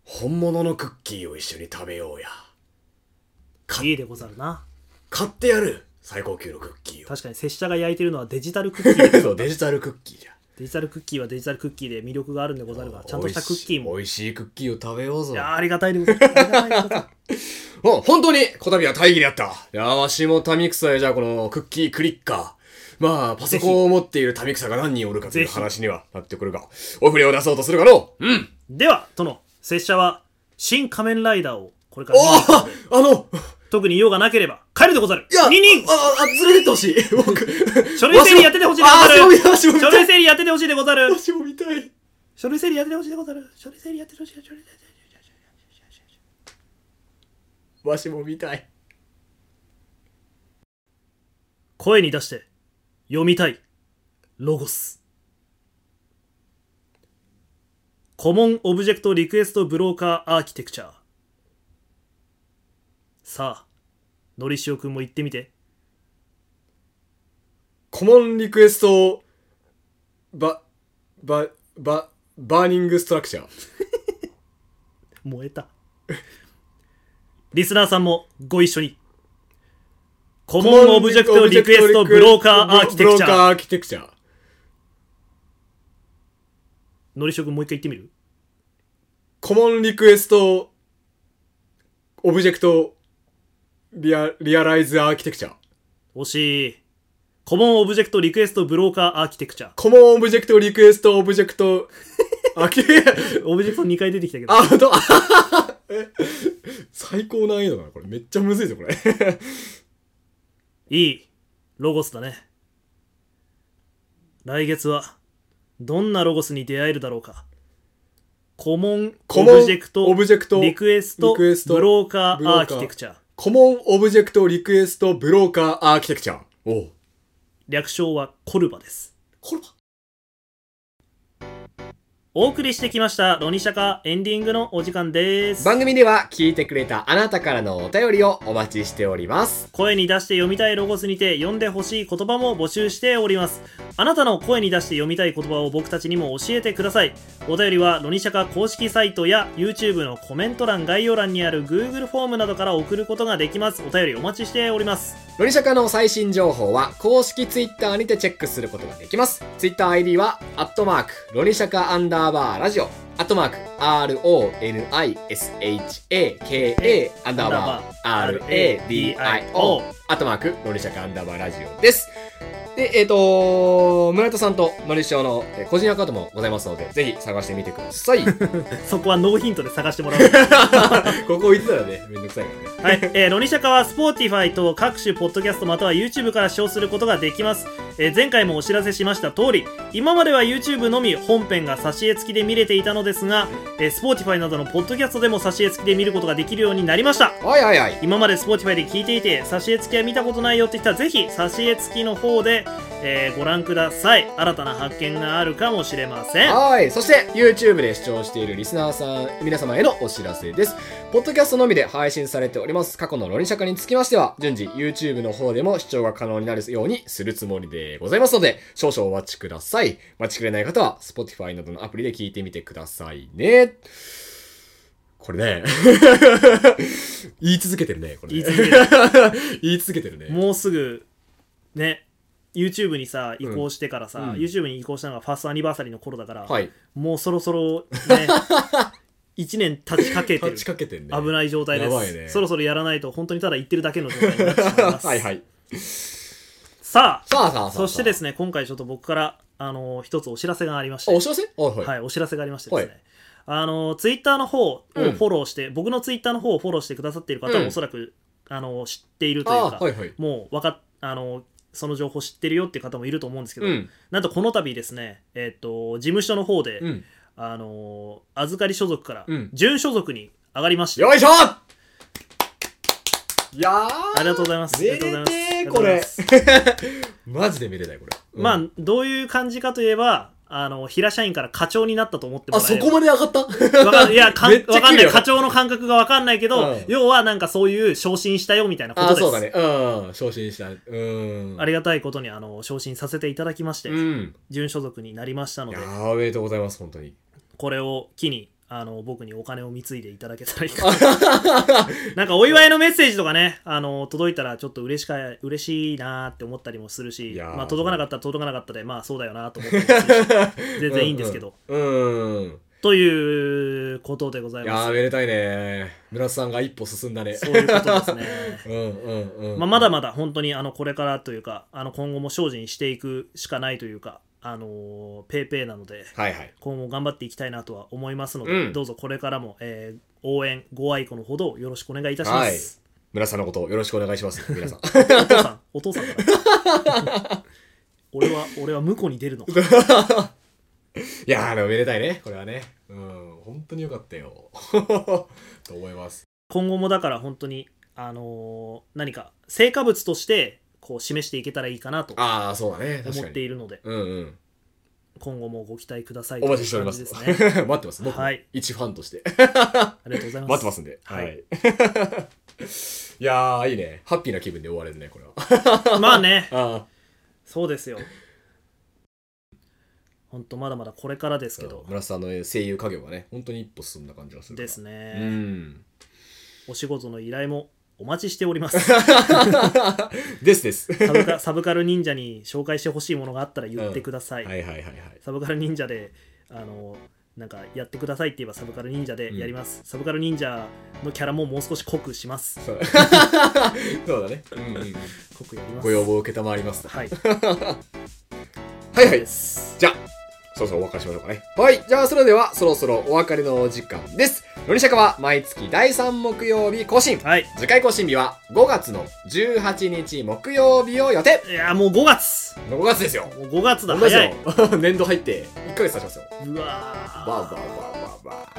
Speaker 1: 本物のクッキーを一緒に食べようや。か
Speaker 2: 家でござるな
Speaker 1: 買ってやる最高級のクッキーを。
Speaker 2: 確かに拙者が焼いてるのはデジタルクッキ ーでござる
Speaker 1: そう、デジタルクッキーじゃ。
Speaker 2: デジタルクッキーはデジタルクッキーで魅力があるんでござるが、ちゃんとしたクッキーも。
Speaker 1: 美味しい美味しいクッキーを食べようぞ。
Speaker 2: いやーありがたいでございますありがたいでござい ます。
Speaker 1: もう本当に、こたびは大義であった。いや、わしも民草へじゃあこのクッキークリッカー。まあ、パソコンを持っている民草が何人おるかとい
Speaker 2: ぜ
Speaker 1: う
Speaker 2: ひ
Speaker 1: 話にはなってくるが、お触れを出そうとするかのう。うん。
Speaker 2: では、殿、拙者は、新仮面ライダーをこれか
Speaker 1: お
Speaker 2: ら見に行くので、
Speaker 1: あの、
Speaker 2: 特に用がなければ、帰るでござる
Speaker 1: いや、
Speaker 2: 二人
Speaker 1: あ、あ、連れてってほしい。僕、
Speaker 2: 書類整理やっててほしいでご
Speaker 1: あ、そう
Speaker 2: ざ
Speaker 1: 見
Speaker 2: る
Speaker 1: たい、私も見
Speaker 2: 書
Speaker 1: た
Speaker 2: 類
Speaker 1: い。
Speaker 2: 整理やっててほしいでござる
Speaker 1: 私も見たい。
Speaker 2: 書類整理やっててほしいでござる書類整理やっててほしい書類整理やっててほしい
Speaker 1: わしも見たい。
Speaker 2: 声に出して、読みたい、ロゴス。コモンオブジェクトリクエストブローカーアーキテクチャー。さあ、のりしおくんも言ってみて。
Speaker 1: コモンリクエスト、ば、ば、ば、バーニングストラクチャー。
Speaker 2: 燃えた。リスナーさんもご一緒に。コモンオブジェクトリクエストブローカーアーキ
Speaker 1: ブ
Speaker 2: テク
Speaker 1: ロ
Speaker 2: チ
Speaker 1: ーカー
Speaker 2: ャー。
Speaker 1: アーキテクチャー。
Speaker 2: のりしおくんもう一回言ってみる
Speaker 1: コモンリクエスト、オブジェクト、リア、リアライズアーキテクチャ。
Speaker 2: 惜しい。コモンオブジェクトリクエストブローカーアーキテクチャー。
Speaker 1: コモンオブジェクトリクエスト、オブジェクト、アーキテクチャ。
Speaker 2: オブジェクト2回出てきたけど。
Speaker 1: あ、ほんと、あはははえ最高難易度だな、これ。めっちゃむずいぞ、これ。
Speaker 2: いい、ロゴスだね。来月は、どんなロゴスに出会えるだろうか。コモン、
Speaker 1: コ
Speaker 2: オ
Speaker 1: モン
Speaker 2: ブジェクト、
Speaker 1: オブジェクト
Speaker 2: リクエスト、
Speaker 1: リクエスト
Speaker 2: ブローカ
Speaker 1: ブ
Speaker 2: ー、
Speaker 1: ローカー
Speaker 2: アーキテクチャ。
Speaker 1: コモンオブジェクト、リクエスト、ブローカー、アーキテクチャ。おう。
Speaker 2: 略称はコルバです。
Speaker 1: これは
Speaker 2: お送りしてきました、ロニシャカエンディングのお時間です。
Speaker 1: 番組では聞いてくれたあなたからのお便りをお待ちしております。
Speaker 2: 声に出して読みたいロゴスにて読んでほしい言葉も募集しておりますあなたの声に出して読みたい言葉を僕たちにも教えてくださいお便りはロニシャカ公式サイトや YouTube のコメント欄概要欄にある Google フォームなどから送ることができますお便りお待ちしております
Speaker 1: ロリシャカの最新情報は公式ツイッターにてチェックすることができます。ツイッター ID は、アットマーク、ロリシャカアンダーバーラジオ、アットマーク、RONISHAKA アンダーバー RADIO、アットマーク、ロリシャカアンダーバーラジオです。で、えっ、と、村田さんとマルシオのえー個人アカウントもございますので、ぜひ探してみてくださ い。
Speaker 2: そこはノーヒントで探してもらおう
Speaker 1: ここ言ってたらね、めんどくさいからね。
Speaker 2: はい、えーロニシャカは Spotify と各種ポッドキャストまたは YouTube から視聴することができます、えー前回もお知らせしました通り今までは YouTube のみ本編が挿絵付きで見れていたのですが、えー Spotify などのポッドキャストでも挿絵付きで見ることができるようになりました
Speaker 1: はいはいはい
Speaker 2: 今まで Spotify で聞いていて挿絵付きは見たことないよって人はぜひ挿絵付きの方で、えーご覧ください新たな発見があるかもしれません
Speaker 1: はい。そして、YouTube で視聴しているリスナーさん、皆様へのお知らせです。ポッドキャストのみで配信されております。過去のロリシャカにつきましては、順次 YouTube の方でも視聴が可能になるようにするつもりでございますので、少々お待ちください。待ちきれない方は、Spotify などのアプリで聞いてみてくださいね。これね。 言い続けてるね、これね、
Speaker 2: 言い続け
Speaker 1: 言い続けてるね。
Speaker 2: もうすぐね YouTube にさ移行してからさ、
Speaker 1: うん
Speaker 2: YouTube に移行したのがファーストアニバーサリーの頃だから、
Speaker 1: はい。
Speaker 2: もうそろそろ ね1年経ちかけてる
Speaker 1: 立ちかけてるね。
Speaker 2: 危ない状態で
Speaker 1: やばい
Speaker 2: す、
Speaker 1: ね
Speaker 2: そろそろやらないと本当にただ言ってるだけの状態になってしまいま す
Speaker 1: はいはい。
Speaker 2: さ
Speaker 1: さあさあ
Speaker 2: あ
Speaker 1: さあさあ。。
Speaker 2: そしてですすね今回ちょっと僕からあの一つお知らせがありまして
Speaker 1: あ、お知らせはいはい。
Speaker 2: はい、お知らせがありましてですね、
Speaker 1: は
Speaker 2: あのツイッターの方をフ
Speaker 1: うん
Speaker 2: ォローして、僕のツイッターの方をフォローしてくださっている方
Speaker 1: うん
Speaker 2: はおそらく、あの知っているという
Speaker 1: あ
Speaker 2: か、
Speaker 1: はいはい。
Speaker 2: もうわかっあのその情報知ってるよっていう方もいると思うんですけど、
Speaker 1: うん。
Speaker 2: なんとこの度ですね、えっと事務所の方で、
Speaker 1: うん。
Speaker 2: あの預かり所属から
Speaker 1: うん
Speaker 2: 準所属に上がりまして、
Speaker 1: よいしょいやー
Speaker 2: ありがとうございます。あり
Speaker 1: め
Speaker 2: がとうござ
Speaker 1: で
Speaker 2: います
Speaker 1: て
Speaker 2: あ
Speaker 1: ー
Speaker 2: りがとう
Speaker 1: こ
Speaker 2: ござ
Speaker 1: れ
Speaker 2: います。
Speaker 1: マジで見れないこれ、うん
Speaker 2: まあどういう感じかといえばあの平社員から課長になったと思っても
Speaker 1: あ
Speaker 2: らえ
Speaker 1: そ
Speaker 2: れば
Speaker 1: こまで上がった
Speaker 2: わかんいや、かん
Speaker 1: めっちゃ
Speaker 2: わか
Speaker 1: 綺
Speaker 2: ん
Speaker 1: 麗
Speaker 2: ない。
Speaker 1: だ
Speaker 2: 課長の感覚がわかんないけど、
Speaker 1: うん
Speaker 2: 要はなんかそういう昇進したよみたいなこと
Speaker 1: あ
Speaker 2: です。
Speaker 1: そうだねうん昇進したうん
Speaker 2: ありがたいことにあの昇進させていただきまして、
Speaker 1: うん
Speaker 2: 準所属になりました
Speaker 1: い
Speaker 2: ので
Speaker 1: や、ーおめでとうございます本当に
Speaker 2: これを機に、あの僕にお金を貢いでいただけたらいいかな なんかお祝いのメッセージとかねあの届いたらちょっと嬉しか嬉しいなーって思ったりもするし
Speaker 1: いやー
Speaker 2: まあ、届かなかったら届かなかったでまあそうだよなと思ったりもするし 全然いいんですけど、
Speaker 1: うんうん、うん
Speaker 2: ということでござい
Speaker 1: いや
Speaker 2: ま
Speaker 1: ー
Speaker 2: す
Speaker 1: めでたいね村瀬さんが一歩進んだね
Speaker 2: そういうことですね
Speaker 1: うんうん うん
Speaker 2: まあ、まだまだ本当にあのこれからというかあの今後も精進していくしかないというか、あのーペーペーなので
Speaker 1: はいはい
Speaker 2: 今後頑張っていきたいなとは思いますので、
Speaker 1: うん
Speaker 2: どうぞこれからも、えー応援ご愛顧のほどよろしくお願いいたします、
Speaker 1: 村瀬さんのことをよろしくお願いし ます皆さん
Speaker 2: お父さんお父さんから 俺は俺は婿に出るのか
Speaker 1: いやーでもめでたいねこれはねうん本当によかったよ と思います
Speaker 2: 今後もだから本当に、あのー何か成果物としてこう示していけたらいいかなと
Speaker 1: ああそうだね確
Speaker 2: 思
Speaker 1: か
Speaker 2: って
Speaker 1: に
Speaker 2: いるので
Speaker 1: うんうん
Speaker 2: 今後もご期待ください
Speaker 1: お待ちしております。
Speaker 2: という感じですね
Speaker 1: 待ってます。僕、
Speaker 2: はい
Speaker 1: 一ファンとして。
Speaker 2: ありがとうございます
Speaker 1: 待ってますんで。は
Speaker 2: はい
Speaker 1: い。 いやー、いいね。ハッピーな気分で終われるね、これは。
Speaker 2: まあね
Speaker 1: あ
Speaker 2: そうですよ。本当まだまだこれからですけ
Speaker 1: ー
Speaker 2: ど、
Speaker 1: 村瀬さんのね声優家業がね、本当に一歩進んだ感じがする。
Speaker 2: です
Speaker 1: ね。
Speaker 2: ね、
Speaker 1: うん。
Speaker 2: お仕事の依頼もお待ちしてお ります。
Speaker 1: ですです。
Speaker 2: サブカサブカル忍者に紹介してほしいものがあったら言ってください。
Speaker 1: はいはいはいはい。
Speaker 2: サブカル忍者で、あの、なんかやってくださいって言えばサブカル忍者でやります、サブカル忍者のキャラももう少し濃くします。
Speaker 1: そうそうだね。うんうん
Speaker 2: 濃くやります。
Speaker 1: ご要望を承りますと。
Speaker 2: はい。
Speaker 1: はいはい
Speaker 2: で。す
Speaker 1: じゃあ、そろそろお別れしましょうかね。はい。じゃあ、それでは、そろそろお別れのお時間です。のりしゃかは毎月第3木曜日更新。
Speaker 2: はい。
Speaker 1: 次回更新日は5月の18日木曜日を予定
Speaker 2: いや、もう5月
Speaker 1: 5月ですよ
Speaker 2: もう5月だ、
Speaker 1: 同じ
Speaker 2: 早
Speaker 1: よ
Speaker 2: い。
Speaker 1: 年度入って1ヶ月経ちますよ
Speaker 2: うわ
Speaker 1: バー
Speaker 2: ー
Speaker 1: バーバーバーバ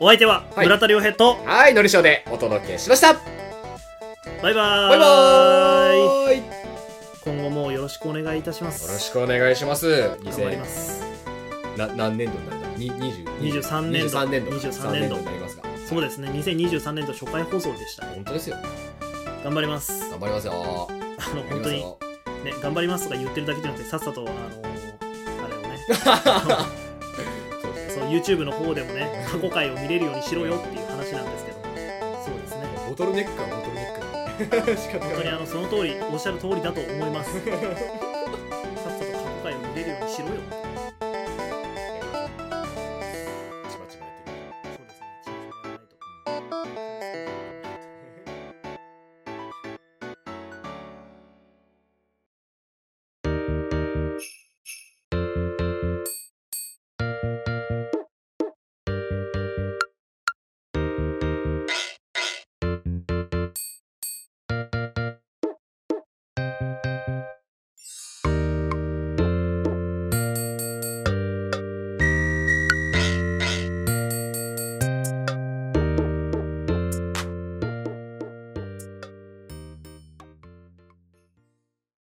Speaker 2: お相手は
Speaker 1: はい
Speaker 2: 村田亮平と、
Speaker 1: ーはいのりしおでお届けしました
Speaker 2: バイバー
Speaker 1: バイバ
Speaker 2: イ
Speaker 1: ーイよ
Speaker 2: 今後もよろしくお願いいたします。
Speaker 1: ろしくお願いします
Speaker 2: 頑張りま
Speaker 1: 2000
Speaker 2: す。
Speaker 1: な何年度になるんだに20
Speaker 2: 23年度
Speaker 1: 23年度
Speaker 2: 23年度
Speaker 1: になりますが
Speaker 2: そうですね、2023年度初回放送でした。
Speaker 1: 本当ですよ
Speaker 2: 頑張ります。
Speaker 1: 頑張りますよ
Speaker 2: あの、
Speaker 1: 頑張り
Speaker 2: 本
Speaker 1: ま
Speaker 2: 当
Speaker 1: す
Speaker 2: に、ね、
Speaker 1: よ
Speaker 2: 頑張りますとか言ってるだけじゃなくて、さっさと、あのあれをね、
Speaker 1: そうです
Speaker 2: その YouTube の方でもね、過去回を見れるようにしろよっていう話なんですけど、そうですね。
Speaker 1: ボトルネックはボトルネックだね 仕方
Speaker 2: 本当
Speaker 1: がな
Speaker 2: に
Speaker 1: い
Speaker 2: あのその通り、おっしゃる通りだと思います。さっさと過去回を見れるようにしろよ。
Speaker 1: やりましょうちばちばやっていきましょう
Speaker 2: そうですね、ちゃんとやらないと。